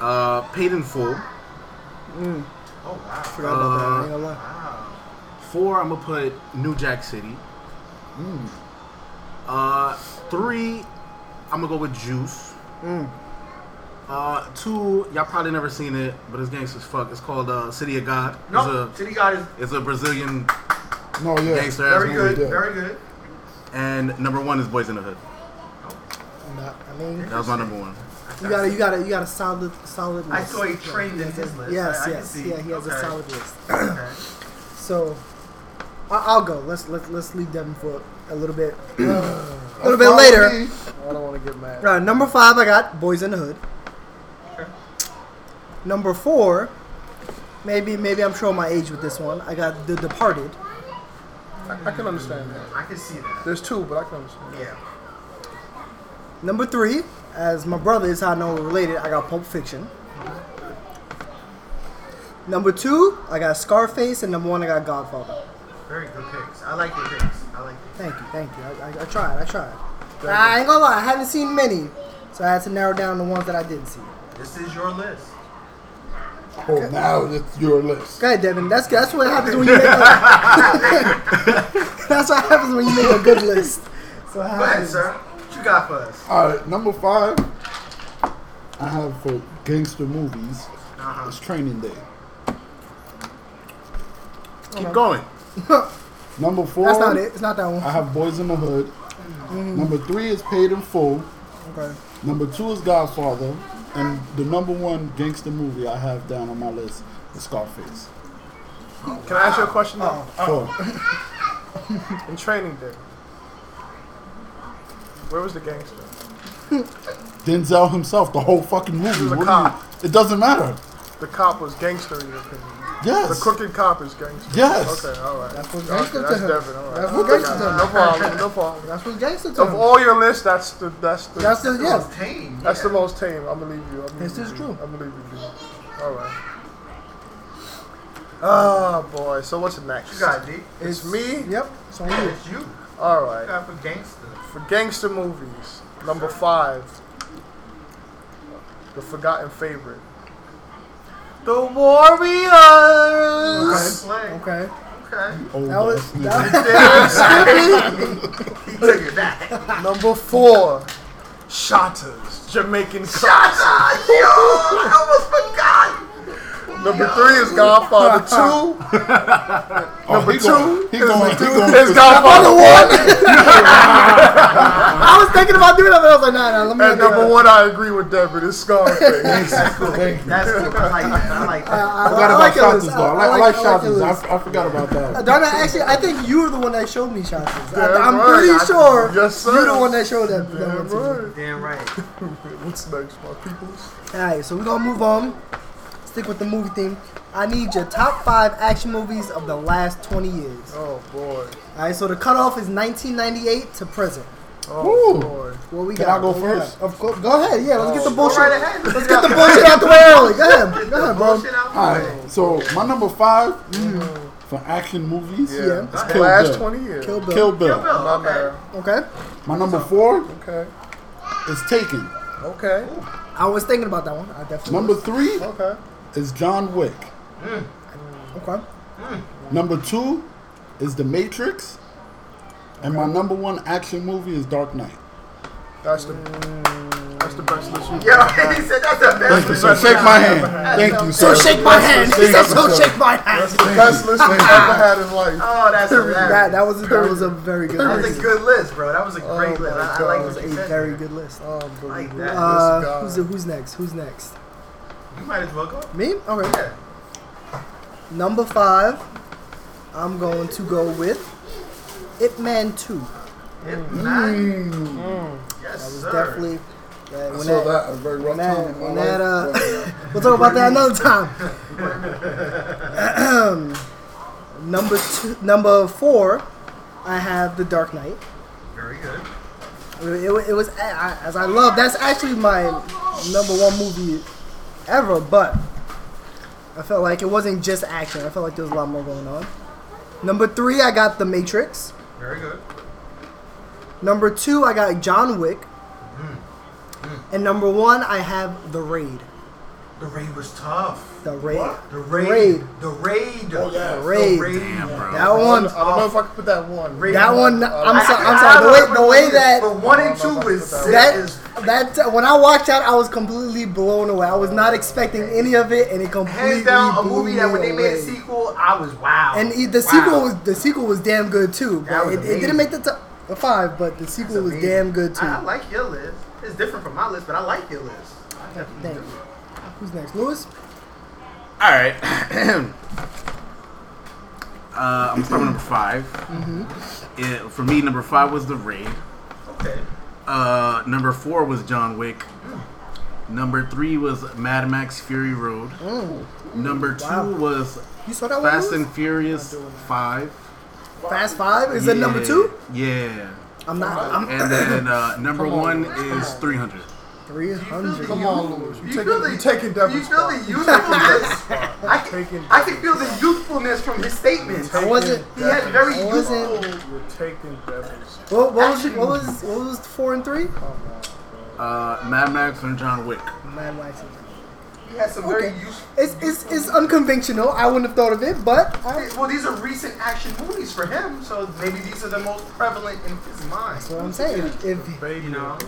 Uh, paid in full. Oh wow. Forgot about that. I ain't gonna lie. Wow. Four, I'm gonna put New Jack City. Uh, three, I'm gonna go with Juice. Uh, two, y'all probably never seen it, but it's gangsters fuck. It's called uh, City of God. No, It's, City God is a, it's a Brazilian No, yeah. gangster ass very movie. good. did. Very good. And number one is Boys in the Hood. I'm not. I mean, That was my number one. You got a, you got a, you got a solid, solid list. I saw he trained in Yes, his list. Yes, I- I can yes, see. yeah. He has a Okay. solid list. Okay. So, I, I'll go. Let's let let's leave them for a little bit, a little bit later. I don't want to get mad. Right, number five, I got Boys in the Hood. Okay. Number four, maybe maybe I'm showing my age with this one. I got The Departed. I, I can understand that. I can see that. There's two, but I can understand. Yeah. Number three, as my brother is how I know we're related, I got Pulp Fiction. Number two, I got Scarface, and number one, I got Godfather. Very good picks. I like your picks. I like your Thank you, thank you. I, I, I tried, I tried. I ain't gonna lie, I haven't seen many, so I had to narrow down the ones that I did see. This is your list. Oh, now it's your list. Go ahead, Devin. That's that's what happens when you make. A, that's what happens when you make a good list. So it Go ahead, happens. sir. What you got for us? All right, number five. I have for gangster movies. Uh-huh. It's Training Day. Keep going. Number four. That's not it. It's not that I one. have Boys in the Hood. Number three is Paid in Full. Okay. Number two is Godfather. And the number one gangster movie I have down on my list is Scarface. Can I ask you a question? though? Four. In training day, where was the gangster? Denzel himself, the whole fucking movie. was a What do you- cop. it doesn't matter. The cop was gangster in your opinion. The Yes. crooked cop is gangster. Yes. Okay, all right. That's what Okay, gangster to that's him. Devin. All right. That's what Okay, gangster to him. No problem. No problem. That's what gangster to Of him. all your list, that's the that's the That's the yes. Tame. That's the most tame. I'm gonna leave you. I'm This is true. I'm gonna leave you. All right. Ah, boy. So what's next? You got D. It's me. Yep. It's on you. It's you. You All right. got for gangster. For gangster movies, number five, the forgotten favorite, The Warriors. Slay. Okay. Okay. Oh, That was that's- that. He took it back. Number four, Shatas, Jamaican classic. I almost forgot. Number three is Godfather Two. Number Oh, he two going, he going, Is Godfather One. I was thinking about doing that, but I was like, nah, nah, let me not And do number that. one, I agree with Deborah. This Scarface. Thank you. That's cool. I like that. I like that. I, I forgot I about like it, Shatas Liz. though. I like, I like Shatas. Liz. I, I forgot about that. Donna, actually, I think you were the one that showed me shots. Damn I'm right, pretty I- sure yes, sir. you're the one that showed that. that one Damn to me. right. Damn right. What's next, my peoples? All right, so we're gonna move on. Stick with the movie theme. I need your top five action movies of the last 20 years. All Oh boy. right, so the cutoff is 1998 to present. Oh Ooh. boy. What we Can got? I go What we got? first? Of course. Go ahead. Yeah, let's get the Go bullshit. right ahead. Let's Get the bullshit out the way early. Go ahead. Go ahead, bro. bullshit out. All right. So my number five for action movies. Yeah. is It's Kill last Bill. twenty years. Kill Bill. Kill Bill. Kill Bill. My Okay. man. Okay. My number four Okay. is Taken. Okay. I was thinking about that one. I definitely. Number three Okay. is John Wick. Okay. Number two is The Matrix. And my number one action movie is Dark Knight. That's the that's the best list you Yo, he said that's the best. Thank you, sir. Shake my hand. Thank you, So sir. shake my hand. He said, so Thank you, shake my hand. the best list you've ever had in life. Oh, that's hilarious. That, that was a, that was Oh a very good That was list. a good list, bro. That was a great my list. I, I God. like That was what you a said. very good list. Um, Unbelievable. Like that. Uh, This who's, guy. who's next? Who's next? You might as well go. Me? Okay. Yeah. Number five, I'm going to go with Ip Man 2. If not, Mm. yes, Uh, That was sir. definitely. yeah, I when that, saw that at a very rough when that, time in my when life. that, uh, we'll talk about that another time. number two, number four, I have The Dark Knight. Very good. It, it wa- it was I, I- as I love. That's actually my number one movie ever, but I felt like it wasn't just action. I felt like there was a lot more going on. Number three, I got The Matrix. Very good. Number two, I got John Wick. Mm-hmm. And number one, I have The Raid. The raid was tough. The Raid. The raid. Raid. The raid. Oh, yeah. The Raid. raid. Damn, bro. That one, I don't know if I could put that one. Raid. that one. Uh, I'm I- sorry. I- I'm I don't sorry. The way, know the if way I that But one and two was sick. that as- that when I watched that, I was completely blown away. I was not expecting any of it, and it completely hands down a blew movie that me when they made a away. sequel, I was wow. And it- the Wow. sequel was the sequel was damn good too. That But was it, it amazing. didn't make the top the five, but the It's sequel was amazing. damn good too. I, I like your list. It's different from my list, but I like your list. I definitely Thank do. you. Who's next, Lewis? All right. uh, I'm starting with number 5 It- for me, number five was The Raid. Okay. Uh, number four was John Wick. Number three was Mad Max Fury Road. Number two Wow. was You saw that Fast one? and Furious Five. Lewis? Fast Five is that Yeah. number two? Um, Yeah. I'm not. I'm And then uh, number one is 300. three hundred. Come on, Louis. You You taking feel the, you taking you Deborah's feel spot. the youthfulness. I can, Taking- I can feel the youthfulness from his statements. I wasn't. He had very I wasn't- youthful. You're taking Deborah's. What, what was what was what was four and three? oh, Uh, Mad Max and John Wick. Mad Max. and- He had some very Okay. youthful. It's, it's, it's unconventional. I wouldn't have thought of it, but I, Well, these are recent action movies for him, so maybe these are the most prevalent in his mind. that's what I'm saying. If Baby, You know.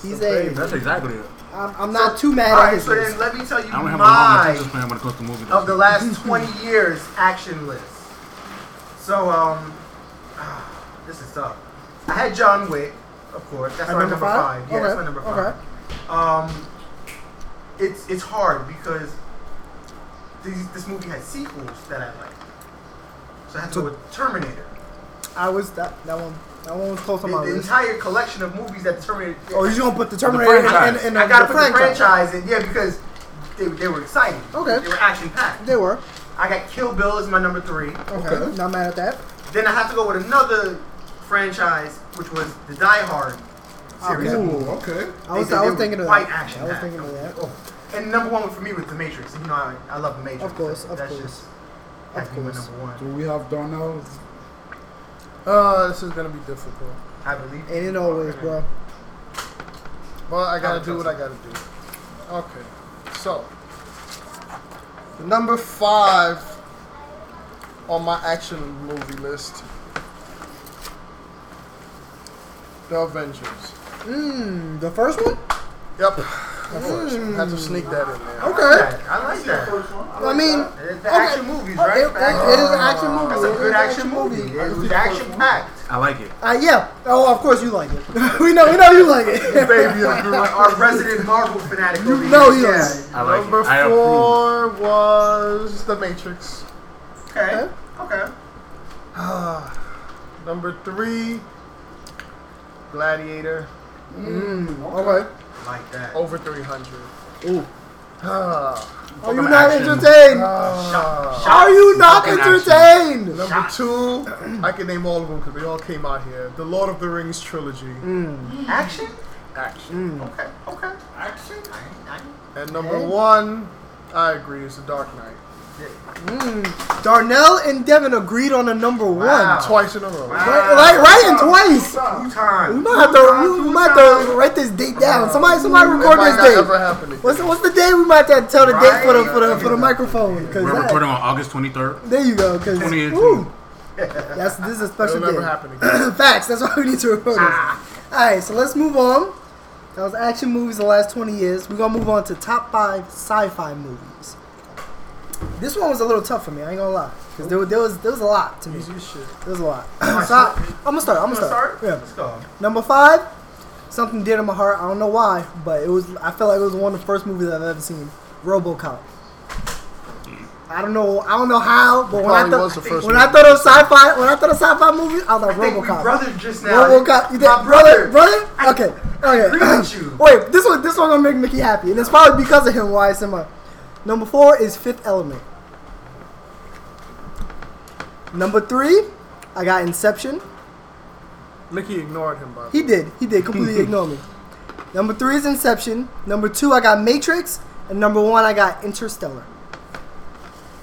he's a, That's exactly it. I'm, I'm not too mad All at right, his so then list. let me tell you I don't have a long my attention span when it comes to movies. of the last 20 years action list. So, um, this is tough. I had John Wick, of course. That's At my number number five? five. Yeah, that's my Okay, number okay. five. Um, it's it's hard because these, this movie has sequels that I like. So I had to go with Terminator. I was that that one that one was close The, on my the list. entire collection of movies that Terminator. Oh, you're gonna put the Terminator in, in, in, franchise. in I gotta the put the franchise in, yeah, because they, they were exciting. Okay. They were action packed. They were I got Kill Bill as my number three. okay. Not mad at that. Then I have to go with another franchise, which was the Die Hard Ah, series. Ooh, They- okay. I was, they I was were thinking of quite that. action. Oh. I was thinking of that. And number one for me was The Matrix. You know, I, I love The Matrix. Of course, so of That's course. just that's Of my course. number one. Do we have Darnell? Uh, this is gonna be difficult. I believe. And it always, bro. But I gotta do what I gotta do. Okay. So, number five on my action movie list The Avengers. Mm, the first one? Yep. Of course. Had to sneak that in there. Okay. I like that. I mean, It's Okay. uh, Oh, action movies, right? it- it is an action movie. That's It a is good an action action movie. movie. It was action packed. I like it. Uh, yeah. Oh, of course you like it. we know. We know you like it. Baby, our resident Marvel fanatic. over here. know he is. I like Number it. I approve. four was The Matrix. Okay. Okay. Number three, Gladiator. okay. Like that. Oh, Over 300. Ooh. Ah. Are you Fucking not action. entertained? Shot- Are you not Fucking action. entertained? Number two, I can name all of them because they all came out here. The Lord of the Rings trilogy. Mm. Action? Action. Okay. Okay. Action? I, I, And number one, I agree, is The Dark Knight. Darnell and Devin agreed on a number Wow. one. Twice in a row. Wow. Right, right, right, and twice. two times. We might have to. We might have to write this date down. Somebody, somebody It record might this not date. ever happen again. What's, what's the day we might have to tell the date for the for the for the Right. microphone? Cause We're that- recording on August 23rd. there you go. Cause 2018. ooh, that's this is a It'll special never day. happen again. Facts. That's why we need to record this. Ah. All right, so let's move on. That was action movies the last 20 years. We're gonna move on to top five sci-fi movies. This one was a little tough for me. I ain't gonna lie, because there, was- there was there was a lot to me. Easy as shit. There was a lot. so I, I'm gonna start. I'm gonna Wanna start. start? Yeah. Let's go. Number five, something dear to my heart. I don't know why, but it was. I felt like it was one of the first movies I've ever seen. RoboCop. I don't know. I don't know how, but when I Probably thought was the first when one. I thought of sci-fi, when I thought of sci-fi movie, I was like I think we RoboCop. brothers just now. RoboCop. You did, My brother, brother. brother. Okay, okay. agree with you. Wait, this one, this one gonna make Mickey happy, and it's probably because of him why it's in my. Number four is Fifth Element. Number three, I got Inception. Mickey ignored him, by the way. He did. He did. Completely ignore me. Number three is Inception. Number two, I got Matrix. And number one, I got Interstellar.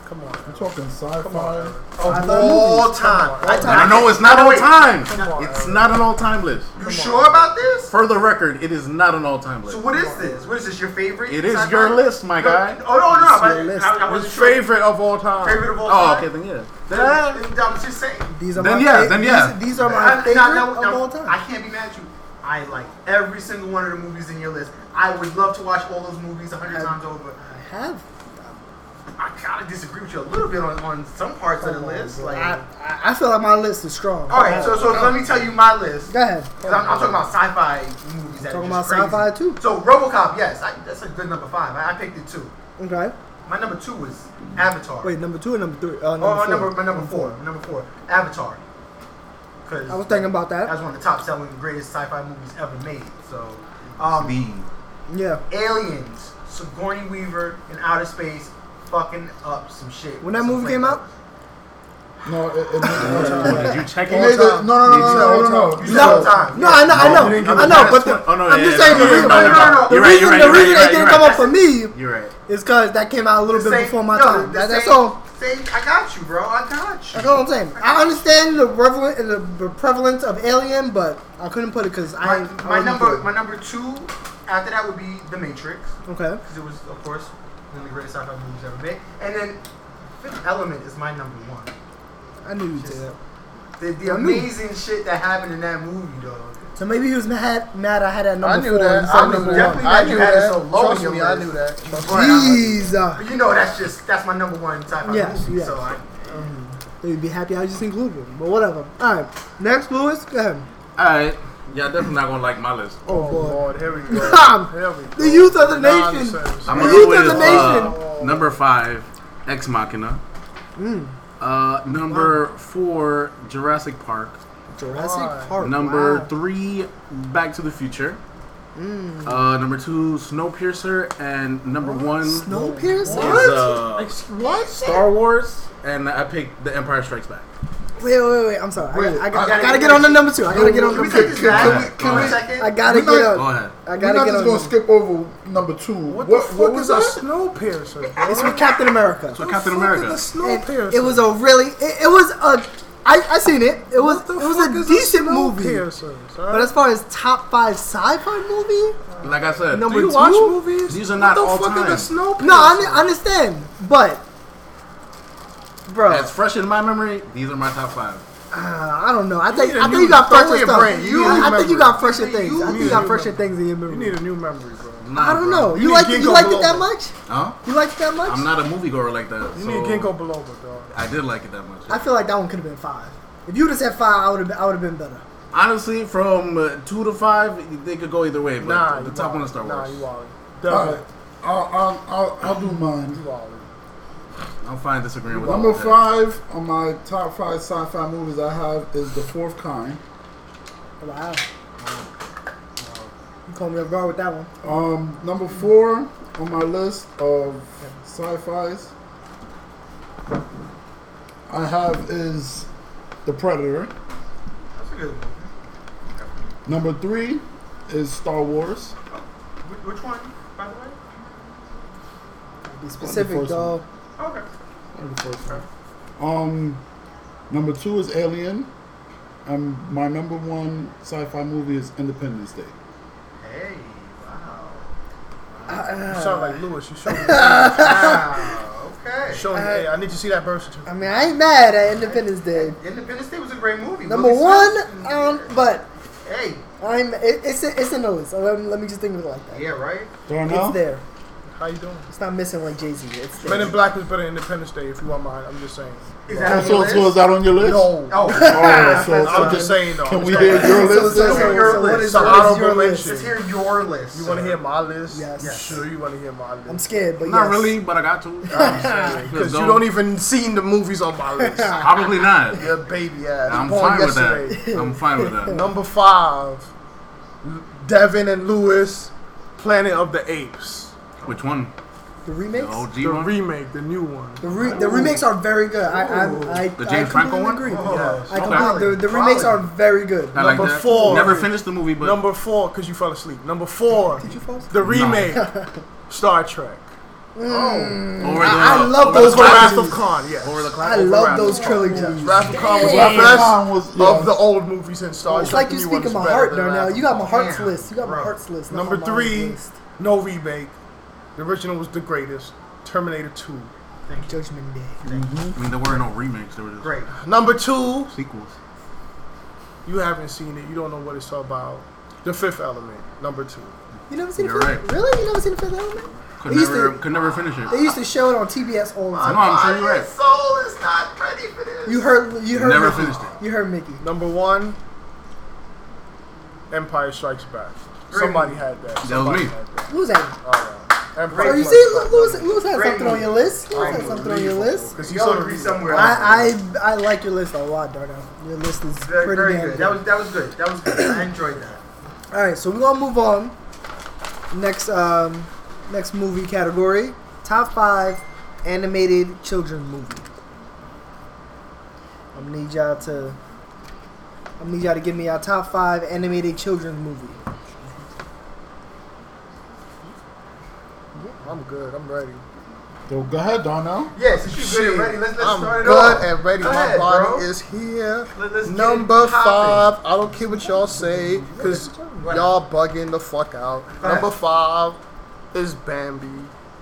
Come on. I'm talking sci-fi. Of love all movies. time. All time. I know it's not Oh, all wait. time. on, It's not an all time list. You sure about this? For the record, it is not an all time list. So what is this? What is this? Your favorite? It is sci-fi? your list, my No, guy. Oh no, no, your but list. I, I wasn't His sure. favorite of all time. Favorite of all Oh, time. okay, then yeah. Then- Then- then I'm just saying. These are Then my yeah, fa- then yeah. These, these are I- my now- favorite now- of now, all time. I can't be mad at you. I like every single one of the movies in your list. I would love to watch all those movies a hundred I- times over. I have. I kind of disagree with you a little bit on, on some parts of the list. Like, I, I- I feel like my list is strong. all right, so so let me tell you my list. Go ahead. 'Cause I'm, I'm talking about sci-fi movies. That Talking are just about sci-fi crazy. too. So RoboCop, yes, I, that's a good number five. I, I picked it too. Okay. My number two was Avatar. Wait, number two or number three? Uh, number oh, my four. number my number four, my number four, Avatar. 'Cause I was thinking about that. that's one of the top-selling greatest sci-fi movies ever made. So, um, Yeah. Aliens, Sigourney Weaver in outer space, fucking up some shit. When that movie came out, No, it, it, it, The- Oh, did you check It made it? the- no, no, no, no, no, no, no. You said all time. No, I know, No, I you didn't know, give I it know, that. but the, Oh, no, I'm yeah, just yeah, saying the yeah, reason, no, no, no, no. the You're right, reason, you're right, the you're reason right, they didn't you're right. come up for me You're right. is because that came out a little The bit same- before my yo, time. the That, that's same- all. Same, I got you, bro. I got you. That's all I'm saying. I understand the prevalent, the prevalence of Alien, but I couldn't put it because I. My, I my wasn't number, there. my number two. After that would be The Matrix. okay. because it was, of course, one of the greatest sci-fi movies ever made. And then Fifth Element is my number one. I knew you'd say that. The, the amazing shit that happened in that movie, though. So maybe he was mad. Mad I had that number I knew four. that. and he said I was knew number that. definitely one. I glad knew you had it so that. low on Trust your me, I list. knew that. Jeez, uh, But you know, that's just that's my number one sci-fi Yeah, movie. yeah. So I, they'd be happy I just included him, but whatever. All right, next, Lewis. Go ahead. Alright. Yeah, definitely not gonna like my list. Oh, Oh, boy. Lord, here we go. Tom, Here we go. The youth of the nation. Nonsense. I'm The gonna youth go of with the uh, number five, Ex Machina. Uh, number four, Jurassic Park. Jurassic Park. Number Oh, wow. three, Back to the Future. Uh, number two, Snowpiercer, and number one Snowpiercer. is uh, What? Star Wars. And I picked The Empire Strikes Back. Wait, wait, wait. I'm sorry. I, Wait, got- I, got- I I gotta gotta get on the number two. I gotta get on can we number take two. this back? Can Can we- we can second? I gotta We're get not- on. Go ahead. I We're gotta not get on. just gonna number- skip over number two. What, What, the fuck what is was a that? Snowpiercer? It's with Captain America. So Captain America. It, it was a really. It, it was a. I, I seen it. It was. It was a decent movie. But as far as top five sci-fi movie, Like I said, Number do you two? watch movies? These are not what the all fuck time. Is a Snowpiercer? no, I, un- understand, but bro, as fresh in my memory, these are my top five. Uh, I don't know. I think need a I think new- you got throw fresher away a stuff. brain. You I- need I think you got memories. fresher You things. I think need you a got new fresher things in your You memory. need a new memory, bro. Nah, I don't bro. know. You need like it? Ginkgo You like it that biloba. much? Huh? You like it that much? I'm not a moviegoer like that. You so need Ginkgo biloba, dog. I did like it that much. I feel like that one could have been five. If you would have said five, I would have I would have been better. Honestly, from uh, two to five, they could go either way. But Nah, the you top wild. one is Star Wars. Nah, you wild. All right. Definitely I'll, I'll, I'll, I'll do mine. you wild. I'm fine disagreeing with Number all of that. five on my top five sci-fi movies I have is The Fourth Kind. Wow. uh, You called me a guard with that one. Um, number four on my list of sci-fi's I have is The Predator. That's a good one. Number three is Star Wars. Wh- Which one, by the way? Be specific, first though. Okay. That was the first one. Um, number two is Alien. Um, my number one sci-fi movie is Independence Day. Hey, wow. Uh, You sound like Lewis. You showed me. Wow, okay. Show me. Hey, I need to see that birth certificate. I mean, I ain't mad at Independence Day. Independence Day was a great movie. Number Willie one, Smith. um, but hey, I'm it, it's a, it's a nose. So let, me- let me just think of it like that. yeah, right. Darnell, It's there. How you doing? It's not missing like Jay Z. It's Men there. in Black was better than Independence Day. If you want mine, I'm just saying. Is Oh, that so, so is that on your list? No, Oh, Oh, so, I'm so just saying though. can It's we not- hear your list? so- then? your what list. is- So what is your honorable list? mention. let's hear your list. You want to hear my list? Yes. Yes. Sure, you want to hear my I'm list. scared, but Not yes. really, but I got to. Because Because you don't even seen the movies on my list. Probably not. Your baby ass. I'm Born fine with yesterday. that. I'm fine with that. Number five, L- Devin and Lewis, Planet of the Apes, Which one? The The remakes. OG the one? remake, the new one. The, re- the remakes are very good. I I I, The I James Franco completely agree. one? Oh, Yes. I Okay. completely. The, the remakes are very good. I like Number that. four. Never finished the movie, but Number four, because you fell asleep. Number four, Did you fall asleep? the remake, Star Trek. over the, I, I love over those. The Wrath trilogies. of Khan, yes. Over the clock. I love those trilogies. Wrath of Khan was Black the best Panther was- of the yeah. old movies in Star It's Trek. like you the new speak one of is my better heart, than Darnell. Wrath You got my heart's Damn, list. You got my bro. heart's list. not Number my three, mind's list. No remake. The original was the greatest. Terminator 2. Judgment Day. I mean, there were no remakes. There were just Great. Number two, sequels. you haven't seen it. You don't know what it's about. The Fifth Element. Number two. You never seen the You're fifth? right. Really? You never seen the Fifth Element? Could They used never, to- could never finish it. They used to show it on TBS all the No, time. I'm sure you're right. soul is not ready for this. You heard. You heard. Never Mickey. finished it. You heard Mickey. Number one, Empire Strikes Back. Somebody had that. Somebody me. Had that. Who's that? Alright. Empire Oh, you Strikes see, Back, Lewis, number Lewis had Great something on movie. your list. Lewis had Unbelievable. something on your list. 'Cause he's Y'all so- agree somewhere. I, I I like your list a lot, Darnell. Your list is Very, pretty very damn good. That was that was good. That was good. I enjoyed that. All right, so we're gonna move on. Next, um, next movie category: top five animated children movie. I'm gonna need y'all to. I'm gonna need y'all to give me our top five animated children's movie. I'm good. I'm ready. So go ahead, Darnell. Yeah, since you're good Shit. and ready, let's, let's I'm start it good off. and ready. Go My ahead, body bro. is here. Let- let's get Number it poppin'. five. I don't care what y'all say, cause y'all bugging the fuck out. Number five is Bambi.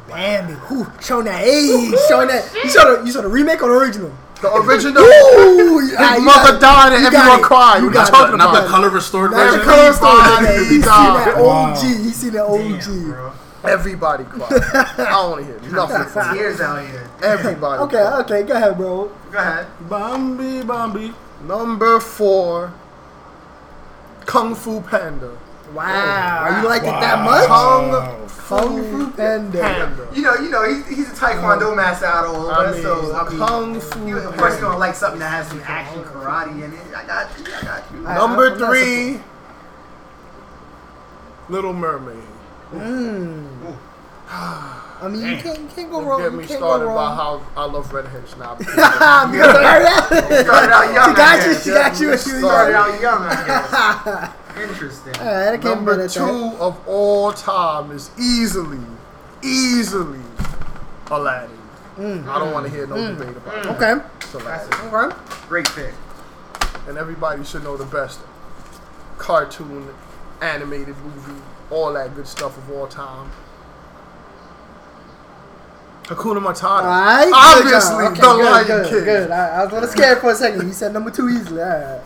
Bambi, who showing that? Hey, showing that. You saw the you saw the remake or the original? The original. Ooh, His ah, you got mother it. died and You got everyone it. cried. What are you Not the, talking not the about? color restored That's version. the color story, Everybody man. He seen that OG. died. He seen that OG. Damn, bro. Everybody cried. I don't want to hear nothing from you. Tears out here. Everybody. Okay, cried. okay, go ahead, bro. Go ahead. Bambi, Bambi. Number four. Kung Fu Panda. Wow, you like it that much? Kung Kung Fu Panda. Panda. You know, you know, he's, he's a Taekwondo master out of all I that, mean, so I mean, Kung Fu you, of course, you don't like something that has some action karate in it. I got you. I got you. I- Number I'm not three, Little Mermaid. I mean, you can't, you can't go wrong. Get You me can't go started about wrong. how I love redheaded snob. Ah, because You started out young. she got I you. guess. She got you. She started was out young. I guess. Interesting. All right, I can't Number remember two that. of all time is easily, easily Aladdin. I don't want to hear no debate about it. Mm. Okay. It's That's Aladdin. a Okay. great pick. And everybody should know the best cartoon, animated movie, all that good stuff of all time. Hakuna Matata. All right. Obviously, Good job. Okay, the good, Lion good, King. Good. I, I was a little scared for a second. You said number two easily. All right.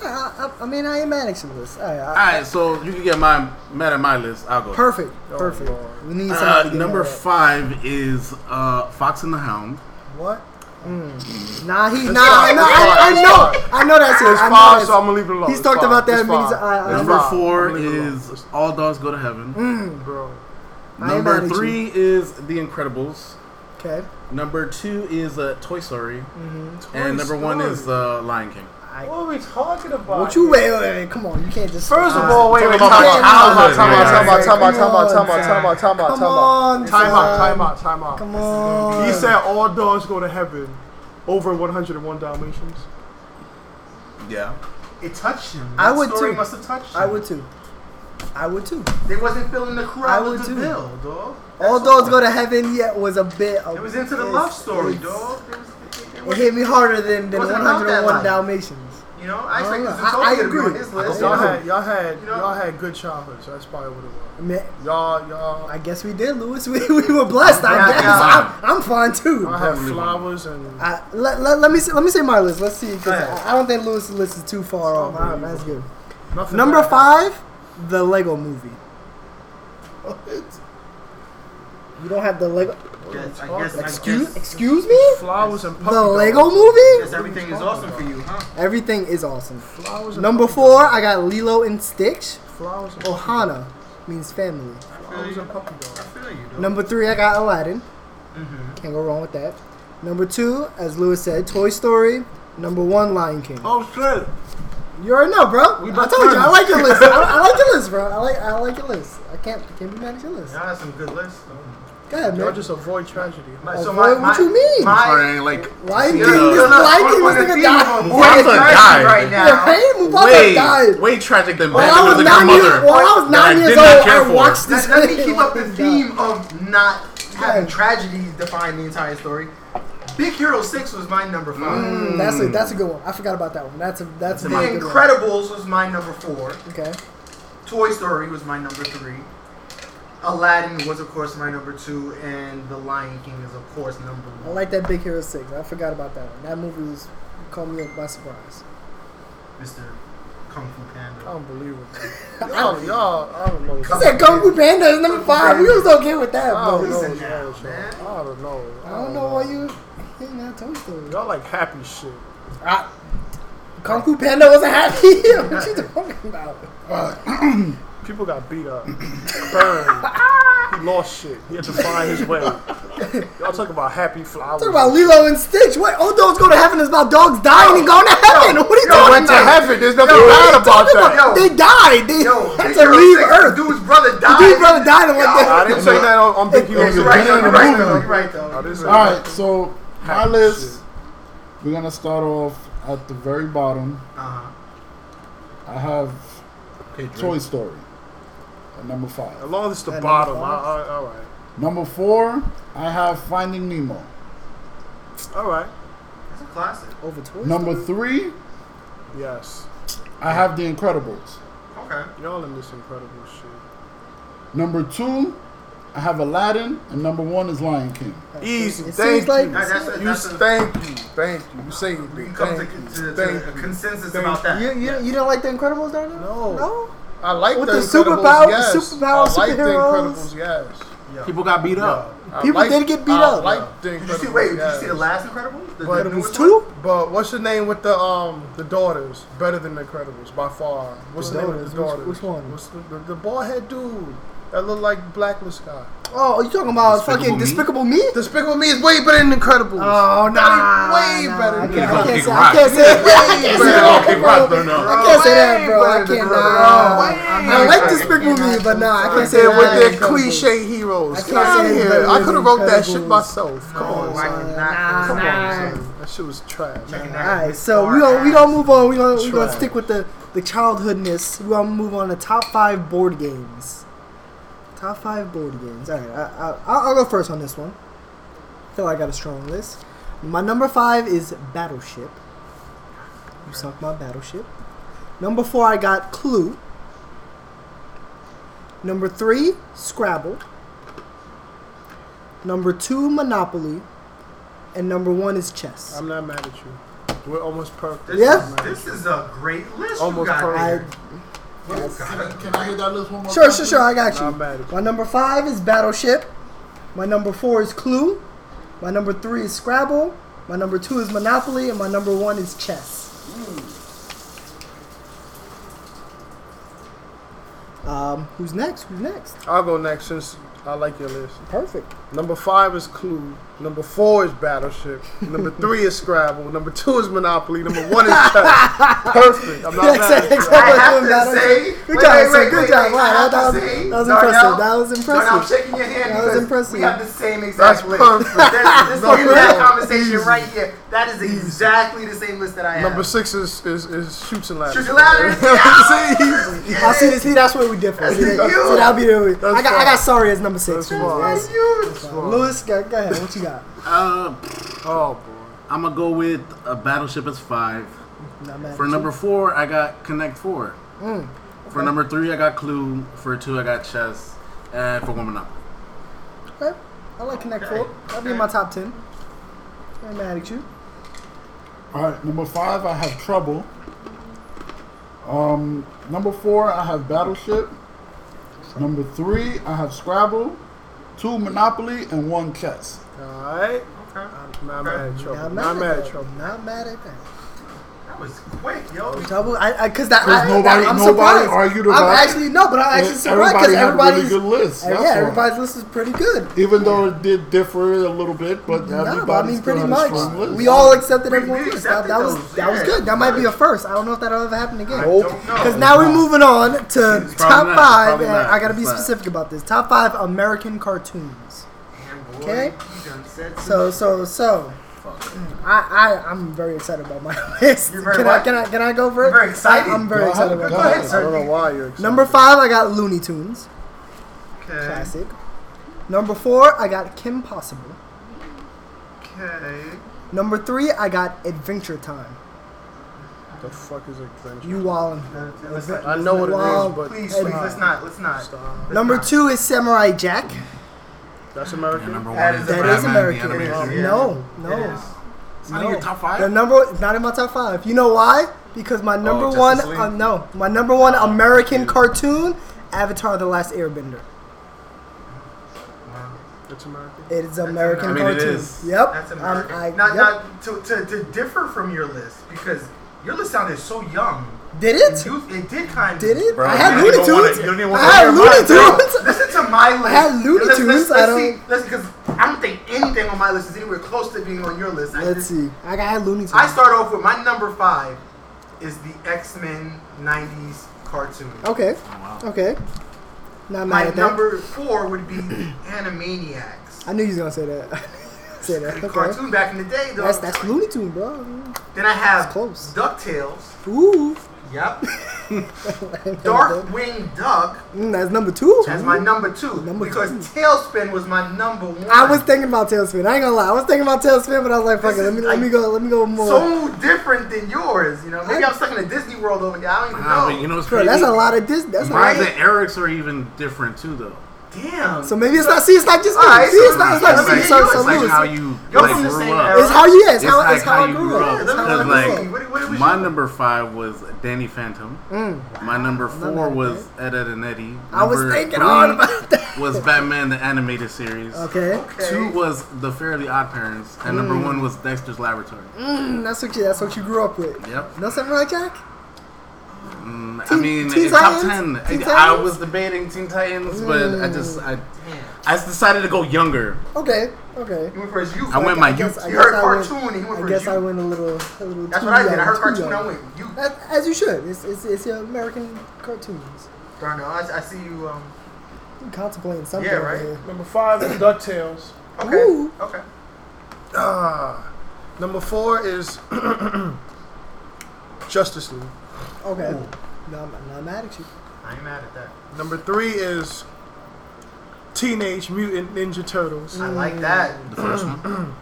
I, I, I mean, I ain't mad at you, Liz. All right. I- All right, so you can get my mad at my list. I'll go. Perfect. Perfect. Lord. we need Uh, somebody. to get number mad at. five is uh, Fox and the Hound. What? Nah, he nah, nah. fine, I, it's I fine, it's know, I know that's it. It's I know five, that's- so I'm gonna leave it alone. He's It's talked five. about that uh, It's many five. times. I- I- It's Number five. four I'm gonna leave it alone. is All Dogs Go to Heaven. Bro. I ain't Mm, mad Number at you. three is The Incredibles. Okay. Number two is uh, Toy Story, Mm-hmm. and number Toy one is Story. uh, Lion King. What are we talking about? What you wait, wait, wait, come on, you can't just. First of Uh, all, wait, talking wait, time about out, my time out, childhood, time man. out, time out, time out, time out, Come time out, time out, time out, Come time out. on, son. Time out, time out, time out. Come on. He said all dogs go to heaven over 101 Dalmatians. Yeah. It touched him. I That would story too. must have touched him. I would too. I would too. They wasn't feeling the I crowd would of the too. bill, dog. All dogs go to heaven. Yet was a bit. Of, It was into the it's- love story, it's- dog. It was, it It was, hit me harder than, than It wasn't about that 101 life. Dalmatians. you know, I expect I- Zootopia I to be on agree. his Y'all list. Yeah. had, y'all had, You know- y'all had good childhoods. That's probably what it was. I mean, Y'all, y'all, I guess we did, Lewis. We, we were blessed. I Yeah, guess yeah. I'm, I'm fine too. y'all had Probably flowers and. I, let, let, let me see, let me see my list. Let's see. 'cause Go ahead. I, I don't think Lewis' list is too far off. All right, that's good. nothing Number bad. five, the Lego Movie. You don't have the Lego. Yes, I guess, I Excuse, guess- excuse me. Flowers and puppy The dogs. Lego guess Movie. everything is awesome for you, huh? Everything is awesome. Flowers and Number four, I got Lilo and Stitch. Flowers and, Ohana means family. I flowers feel and you. puppy I dogs. feel you, dog. Number three, I got Aladdin. Mhm. Can't go wrong with that. Number two, as Lewis said, Toy Story. Number one, Lion King. Oh shit. You already know, bro. I told you, I like your list. I, I like your list, bro. I like, I like your list. I can't, I can't be mad at your list. Y'all had some good lists, though. Go ahead, Y'all man. just avoid tragedy. My- Oh, boy, what you mean? Sorry, I My, ain't like. Lion King, Yeah. this Yeah. Lion King on was the gonna theme die. of Mufasa Mufasa died. right Yeah, now. hey, Mufasa Way, died. way tragic than When I Batman was was like her nine years, mother. when I was that I nine years did not old, care I for. watched this. Let, let me shit keep up the and theme of not having Yeah. tragedy define the entire story. Big Hero 6 was my number 5. died. That's a, that's a good one. I forgot about that one. That's a, that's, a The Mm. good Incredibles was my number 4. One. Okay. Toy Story was my number 3. Aladdin was, of course, my number 2. And The Lion King is, of course, number I 1. like that Big Hero Six. I forgot about that one. That movie was caught me up by surprise. Mr. Kung Fu Panda. Unbelievable. Y'all, y'all, I don't know. I Oh, said Kung Fu Panda is number five. We was okay with that, I don't bro. know, Listen now, y'all, man. y'all. I don't know. I don't know why you hitting that Toy Story. Y'all like happy shit. I, Kung Fu Panda wasn't happy. what you talking about? People got beat up, burned. he lost shit. He had to find his way. Y'all talk about happy flowers. Talk about Lilo and Stitch. What? Old dogs go to heaven is about dogs dying and going to heaven. what are you They talking went to about? heaven. There's nothing Yo, what are bad you about talking that. about? Yo. They died. They Yo, had Big to Hero leave 6, Earth. The dude's brother The died. dude brother died and went I to didn't say that on, on Big Hero. You're It- Six. it- right, though. Beginning You're of right, the though. movie. You're right, I didn't though. say All that. right, so my Happy list. Ah, shit. We're gonna start off at the very bottom. Uh-huh. I have Toy Toy Story at number five. As long as it's the At number bottom, I, five? I, all right, Number four, I have Finding Nemo. all right, That's a classic. over Toy Number Story? three, yes, I have The Incredibles. Okay. y'all in this incredible shit. Number two, I have Aladdin, and number one is Lion King. Easy, It thank seems like you. That- that's a- You that's a- thank you, thank you. You saved We me. can come to, Thank to, you. to, Thank a you. consensus Thank about that. You, you, you didn't like the Incredibles, Darnell? No. No. I like With the, the Incredibles, superpower- yes. superpower I like the superheroes. Incredibles. Yes, Yo. People got beat up. I People like- did get beat I up. Like the Did you see? Incredibles, Wait, did you yes. see the last Incredibles? The, But the it newest was one? two? But what's the name with the um the daughters? Better than the Incredibles by far. What's The the, name of the daughters? daughters? Which- which one? What's the the, the bald head dude that looked like Blacklist guy? Oh, you talking about Despicable fucking Me? Despicable Me? Despicable Me is way better than Incredibles. Oh, nah. Way nah. better I than can't, I Rock. can't Kick say, I Rock. can't say, I Way can't say better. that, Kick bro. Rock, Darnell. I can't say that, Way bro. I better than can't. Rock. Nah. I Way like better. Despicable Me, but nah, I can't And say then that. with Incredibles. their cliche heroes. I can't Get out say of it's here. better I than could have wrote that shit Incredibles. myself. Come No, on, I son. Nah, did not. Come nah. on, son. That shit was trash. Checking that Alright, with so our we gonna we ass. gonna move on. We gonna we gonna Trash. stick with the the childhoodness. We gonna move on to top five board games. Top five board games. All right, I, I, I'll, I'll go first on this one. I feel like I got a strong list. My number five is Battleship. You sunk my battleship. Number four, I got Clue. Number three, Scrabble. Number two, Monopoly. And number one is chess. I'm not mad at you. We're almost perfect. This Yeah. is- This is a great list you Almost got perfect. here. I, What is- Can I, can I hear that list one more sure, time? sure, sure. I got Not bad. you. My number five is Battleship. My number four is Clue. My number three is Scrabble. My number two is Monopoly, and my number one is chess. Um, who's next? Who's next? I'll go next since I like your list. Perfect. Number five is Clue. Number four is Battleship. Number three is Scrabble. Number two is Monopoly. Number one is Chess. Perfect. I'm not mad at you. Exactly. I have Good job, to Good say, wait, job, wait, sir. wait, Good wait, job. wait, Wow, I have that- that to was- say, that was Darnell, impressive. That was Darnell, I'm impressive. shaking your hand. That was because We impressive. have the same exact list. perfect. That- This No, whole entire no. conversation right here. That is exactly the same list that I have. Number six is, is, is Shoots and Ladders. Shoot your ladder. I see this. See, that's where we differ. See, that, you. so that'll be the. That's I got. I fine. got sorry as number six. That's fine. Lewis, go, go ahead. What you got? Uh, Oh, boy. I'm gonna go with a battleship as five. Not mad For at you. number four, I got Connect Four. Mm. For number three, I got Clue. For two, I got Chess. And for one, Monopoly. Okay. I like Connect Four. That'll be in my top ten. I'm mad at you. All right, number five, I have Trouble. Um, number four, I have Battleship. Number three, I have Scrabble. Two, Monopoly, and one Chess. All right. I'm not mad at trouble. Not mad, Not, mad at at that. trouble. Not mad at that. That was quick, yo. Double, I, I, cause that, Because I, nobody- I'm nobody surprised. argued I'm about it. actually no, but I'm actually surprised because everybody had everybody's, really good lists. yeah, That's all. everybody's list is pretty good. Even though it did differ a little bit, but No, but I everybody mean, still pretty had a much. strong list. We all accepted We- everyone. That, we that accepted was those, that was yeah. good. That might be a first. I don't know if that'll ever happen again. Nope. Because now we're moving on to top not. five, Probably and not. I gotta be It's not. specific about this. Top five American cartoons. Okay. So so so. Mm-hmm. I, I I'm very excited about my list. You're very can I what? can I can I go for it? You're very excited? I, am very Go ahead, excited go about Go my ahead, list. I don't know sir. why you're excited. Number five, I got Looney Tunes, Okay. classic. Number four, I got Kim Possible. Okay. Number three, I got Adventure Time. the fuck is adventure? You wallin'. Let's not- I know what it Wow. is, but Please, please, let's not. Let's not. Stop. Let's Number not. two is Samurai Jack. that's And American. number one That is is That Batman, is the American. animated It is, series. yeah. No, no. It is. It's not in your top five. Oh, The number it's not in my top five. You know why? Because my number Justice one, League? Oh, uh, no, my number one American cartoon, Avatar: The Last Airbender. That's American. It is American I mean, it cartoon. is. Yep. That's Um, American. I- not, yep. not to, to, to differ from your list because your list sounded so young. Did it? You, it did kind of. Did it? Bro, I you had don't Looney even wanna- Tunes. you don't even I wanna had hear Looney Bro, Tunes. listen to my list. had Looney Let's- Tunes, Let's, let's, I don't- see. Let's because I don't think anything on my list is anywhere close to being on your list. I Let's just- see. I got I had Looney Tunes. I start off with my number five is the X Men '90s cartoon. Okay. Wow. Okay. Not mad My at that. number four would be the Animaniacs. I knew you was gonna say that. say that. The Okay. Cartoon back in the day, though. That's that's Looney Tune, bro. then I have that's close. Ducktales. Ooh. Yep. Darkwing Duck Mm, that's number two. as my number two Number because two. Tailspin was my number one. I was thinking about Tailspin. I ain't gonna lie. I was thinking about Tailspin, but I was like, fuck it. This Let me is let me go. Let me go more. so different than yours. You know, maybe I- I'm stuck in a Disney world over here. I don't even Nah, know. but you know what's Bro, crazy? that's a lot of this. That's a lot. Mine and Eric's are even different too, though. Damn. So maybe it's not. See, it's not just me. Alright, see, it's so- not. It's not so just me. maybe So, you- so it's like Louis. how you You're like, from the grew same up. era. it's how you. Yeah, it's, It's how. like it's how, how I you grew grew up. up. It's how I Because, grew like, up. What- what was your My number? number five was Danny Phantom. Mm. My number four was Ed, Ed and Eddie. I was Number thinking three all about that. Was Batman the animated series. Okay, Okay. Two was The Fairly Odd Parents, and number one was Dexter's Laboratory. Mm, that's what you. That's what you grew up with. Yep. No Samurai Jack. Mm, I Teen- mean, Teen in top Titans? ten. Teen I, I Titans? Mm. was debating Teen Titans, but I just I, Damn. I decided to go younger. Okay. Okay. You went for his youth. I went I my guess- youth. I You heard guess I went- cartoon and you went I for guess I you. went a little, a little. That's too what I did. young, I heard too cartoon. young. I went you. As, as you should. It's, it's, it's your American cartoons. Darnell, I, I see you. Um, You contemplating something. Yeah, right. over here. Number five is DuckTales. okay. Ooh. Okay. Ah. Number four is Justice League. Okay. No, I'm I'm not mad at you. I ain't mad at that. Number three is Teenage Mutant Ninja Turtles. Mm. I like that. The first one.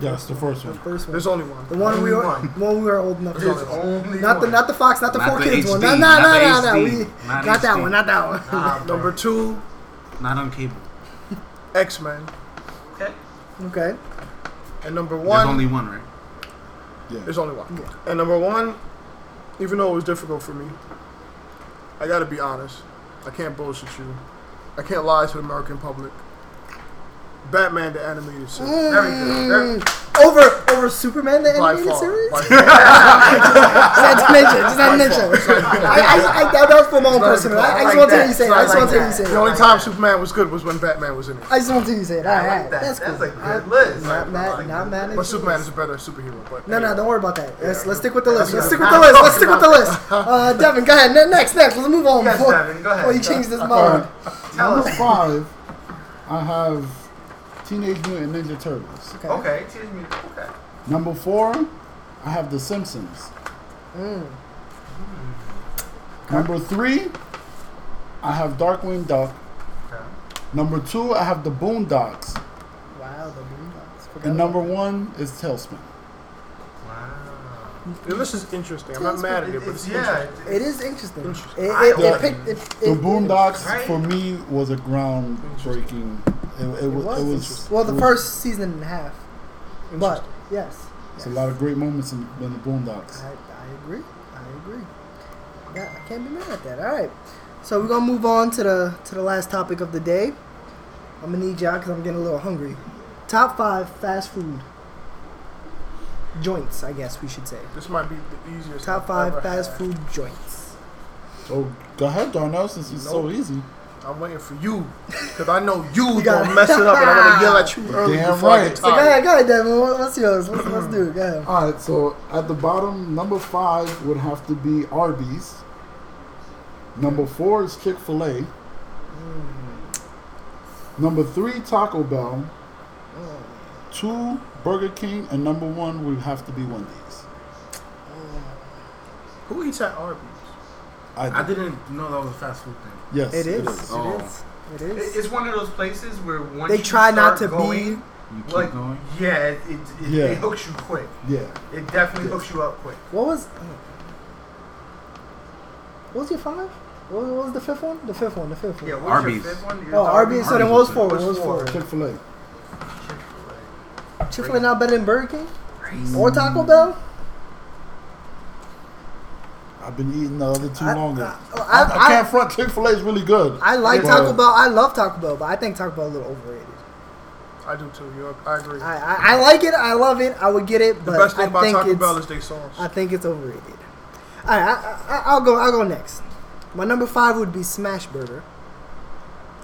Yes, the first one. First one. There's only one. The one we were, Only the one we were old enough to. There's watch. only Not the, one. not the Fox, not the Not four the kids one. No, HD, no, not no, the no, no. HD, We not, not that HD. one. Not that one. Nah, bro. Number two, Not on cable. X Men. Okay. And number There's one, only one, right? there's only one. Yeah. And number one, even though it was difficult for me, I gotta be honest. I can't bullshit you. I can't lie to the American public. Batman the animated series. Very good. Very, Mm. Over over Superman the By animated far. series. By far. Just had to mention. Just had to mention. I, I, I, that was for my own personal. I, I just Like want to hear that. you say it. Like I just want to hear that. you say the it. only time Superman was good was when Batman was in it. I just want to hear you say it. All I right, like that. that's That's, cool. a good list. Not mad. Like, Not mad. at But you. Superman is a better superhero. But No, no, anyway. don't worry about that. Let's, let's stick with the list. Let's Yeah. stick with the list. Let's stick with the list. Uh, Devin, go ahead. Ne- Next, next. Let's move on. Yes, before, Devin, go ahead. Before Oh, you change this Alright, mind. Tell Number us. five, I have Teenage Mutant Ninja Turtles. Okay. Okay, teach me. Okay. Number four, I have The Simpsons. Mm. Number three, I have Darkwing Duck. okay. Number two, I have The Boondocks. Wow, the Boondocks. Forgot And number about one is Tailspin. Wow. The list is interesting. I'm not mad at it, but it's yeah. interesting. that. It is interesting. It, Interesting. it, I- it picked. It, it, The Boondocks Right. for me was a groundbreaking. It, it, It was was, it was interesting. Well, the it was- first season and a half, but yes, It's a lot of great moments in, in the Boondocks. I, I agree. I agree. Yeah, I can't be mad at that. All right. So we're gonna move on to the to the last topic of the day. I'm gonna need y'all because I'm getting a little hungry. Top five fast food joints, I guess we should say. This might be the easiest. Top I've five ever fast had. food joints. Oh, go ahead, Darnell, since it's so Nope. easy. I'm waiting for you because I know you got- gonna mess it up, and I'm gonna yell at you early. Damn before I get right. So go tired. ahead, go ahead, Devin. What- What's yours? Let's, let's do it. Go ahead. All right, so at the bottom, number five would have to be Arby's. Number four is Chick Fil Mm. A. Number three, Taco Bell. Mm. Two, Burger King, and number one would have to be Wendy's. Who eats at Arby's? I didn't know that was a fast food thing. Yes, It is. It is. Oh. It is. It- It's one of those places where once They you try not start to going, be. You keep Like, going. yeah, it, it, it, Yeah. it hooks you quick. Yeah. It definitely hooks you up quick. What was? What was your five? What was, what was the fifth one? The fifth one. The fifth one. Yeah, what's Arby's. your fifth one? Yours Oh, Arby's. So then what was four? What What's was four? Chick Fil A. Chick-fil-A. Chick Fil A not better than Burger King or Taco Bell? I've been eating the other two I- longer. I- I, I- I can't front. Chick Fil A is really good. I like But Taco Bell. I love Taco Bell, but I think Taco Bell a little overrated. I do too. York. I agree. I, I, I like it. I love it. I would get it, the but best thing I about think Taco it's Bell is their sauce. I think it's overrated. All right, I, I, I'll go. I'll go next. My number five would be Smash Burger.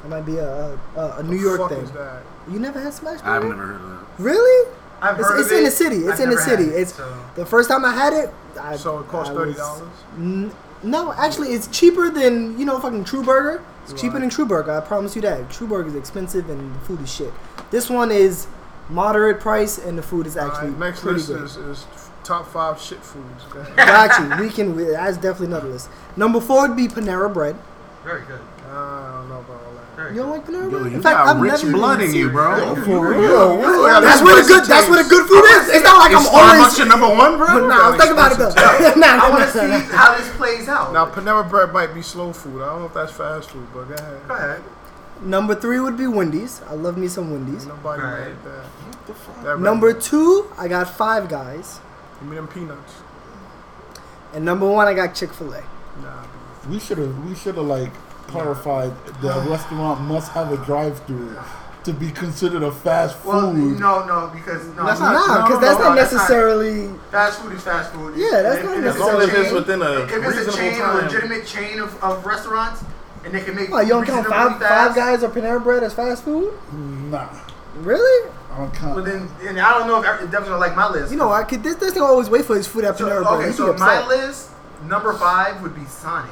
It might be a a, a- a New York fuck thing. Is that? You never had Smash Burger? I've never heard of that. Really? I've It's- heard it's of in it. the city. It's I've in the never had city. it, It's- so- The first time I had it, I, So it costs I thirty was- dollars. N- no, actually, it's cheaper than you know fucking True Burger. It's cheaper than True Burger. I promise you that. True Burger is expensive and the food is shit. This one is moderate price and the food is actually next pretty list good. is, is top five shit foods. Go ahead. Got you. We can. We, that's definitely another list. Number four would be Panera Bread. Very good. I don't know about all that. Very You don't good. like Panera Yo, Bread? you got rich even blood in seen- you, bro. For real, You got That's that where the spicy good. That's where the taste. good food is. It's not like Is I'm always. Starbucks your number one, bro? Nah, I was thinking about it though. Nah, I want to nah, nah, nah. see how this plays out. Now Panera Bread might be slow food. I don't know if that's fast food, but go ahead. Go ahead. Number three would be Wendy's. I love me some Wendy's. Nobody Right. made that. that Number red- two, I got Five Guys, Give me them peanuts. and number one, I got Chick Fil A. Nah. we should have we should have like clarified the restaurant must have a drive-through to be considered a fast food. Well, no, no, because no, That's Nah, not- no, because no, that's no, not that's not- necessarily. fast food is fast food. Yeah, that's And- not and As long as it's a it's chain- within a If it's reasonable a chain, a time. legitimate chain of, of restaurants, and they can make Oh, you don't count reasonably five, five fast, Guys or Panera Bread as fast food? Nah, Really? I don't But count. then, and I don't know if every- Devin's gonna like my list. You know, I could. This this thing always wait for his food at So, Panera Bread. okay, He'd so be my upset. list number five would be Sonic.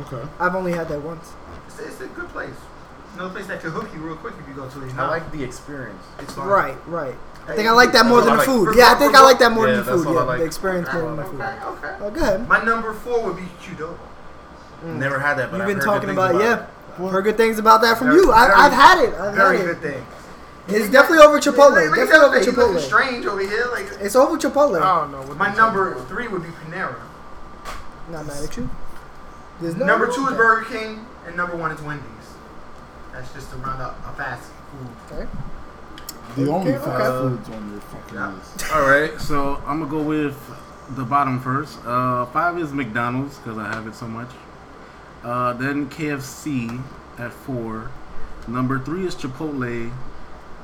Okay, I've only had that once. It's, it's a good place. Another place that can hook you real quick if you go to it. I like the experience. it's fun. Right, right. I think Hey, I like that more that's than the what I food. like. Yeah, I think I like that more Yeah, than the that's what food. Yeah, I like. the experience more than the food. Okay, okay. Oh, go ahead. My number four would be Qdoba. Never had that, but Mm. You've I've been heard talking good about, things yeah. it. Heard good things about that from Very- you. I, very- I've had it. I've Very had it. good thing. It's definitely over Like, Chipotle. look at Definitely over that, Oh. you looking Chipotle. strange over here. Like It's over Chipotle. I don't know. What my they- number three would be Panera. Not mad at you. There's no number two is Burger King, and number one is Wendy's. That's just to round up a fast food. Okay. The only okay. fast foods on your fucking Yeah. list. All right, so I'm gonna go with the bottom first. Uh, five is McDonald's because I have it so much. Uh, then KFC at four. Number three is Chipotle.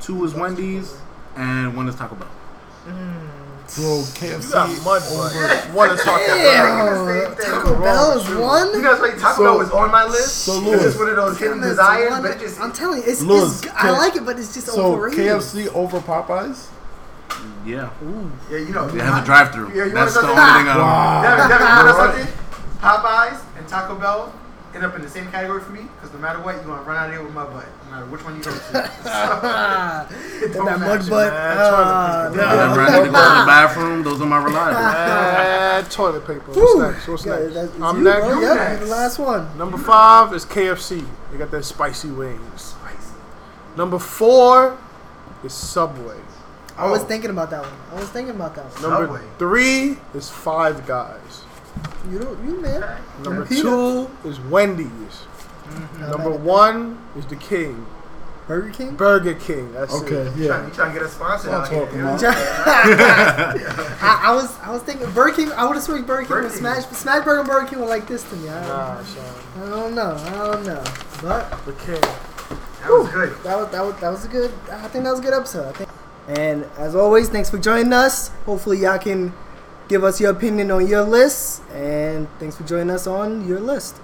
Two is Wendy's, and one is Taco Bell. Bro, You KFC. got mud blood. One is talking about. Damn, Same thing. Oh, Taco Bell is You one. guys like Taco So- Bell was on my list. so, it's Louis. just one of those hidden Damn, it's desires, one. but it just I'm telling you, it's, Louis, it's I K- like it, but it's just So overrated. KFC over Popeyes? Yeah, yeah, you know. they have a drive-through. Yeah, you That's the wanna only go thing to- I don't. Devin, Devin, you know You're right. something? Popeyes and Taco Bell end up in the same category for me because no matter what, you're gonna run out of there with my butt. No matter which one you go to. Ah, It don't that mud matter. butt. man. ah, Toilet When I no. run to the bathroom, those are my reliable. Uh, toilet paper. What's Woo. next? What's Yeah, next? that's- it's I'm you, next. bro. You Yep, next. you're the last one. Number five is KFC. They got their spicy wings. Spicy. Number four is Subway. I was Oh. thinking about that one. I was thinking about that one. Number Subway. three is Five Guys. You don't, you man. Number Peanuts. two is Wendy's. Number one is the King. Burger King. Burger King. That's Okay, it. You yeah. trying, you trying to get a sponsor Don't out talk here. about I, I was I was thinking Burger King. I would have sworn Burger King Burger was King. Smash, but Smash Burger and Burger King were like this to me. I, Nah, son. I don't know. I don't know. But The King. That was good. that was that was that was a good. I think that was a good episode. I think. And as always, thanks for joining us. Hopefully, y'all can give us your opinion on your list. And thanks for joining us on your list.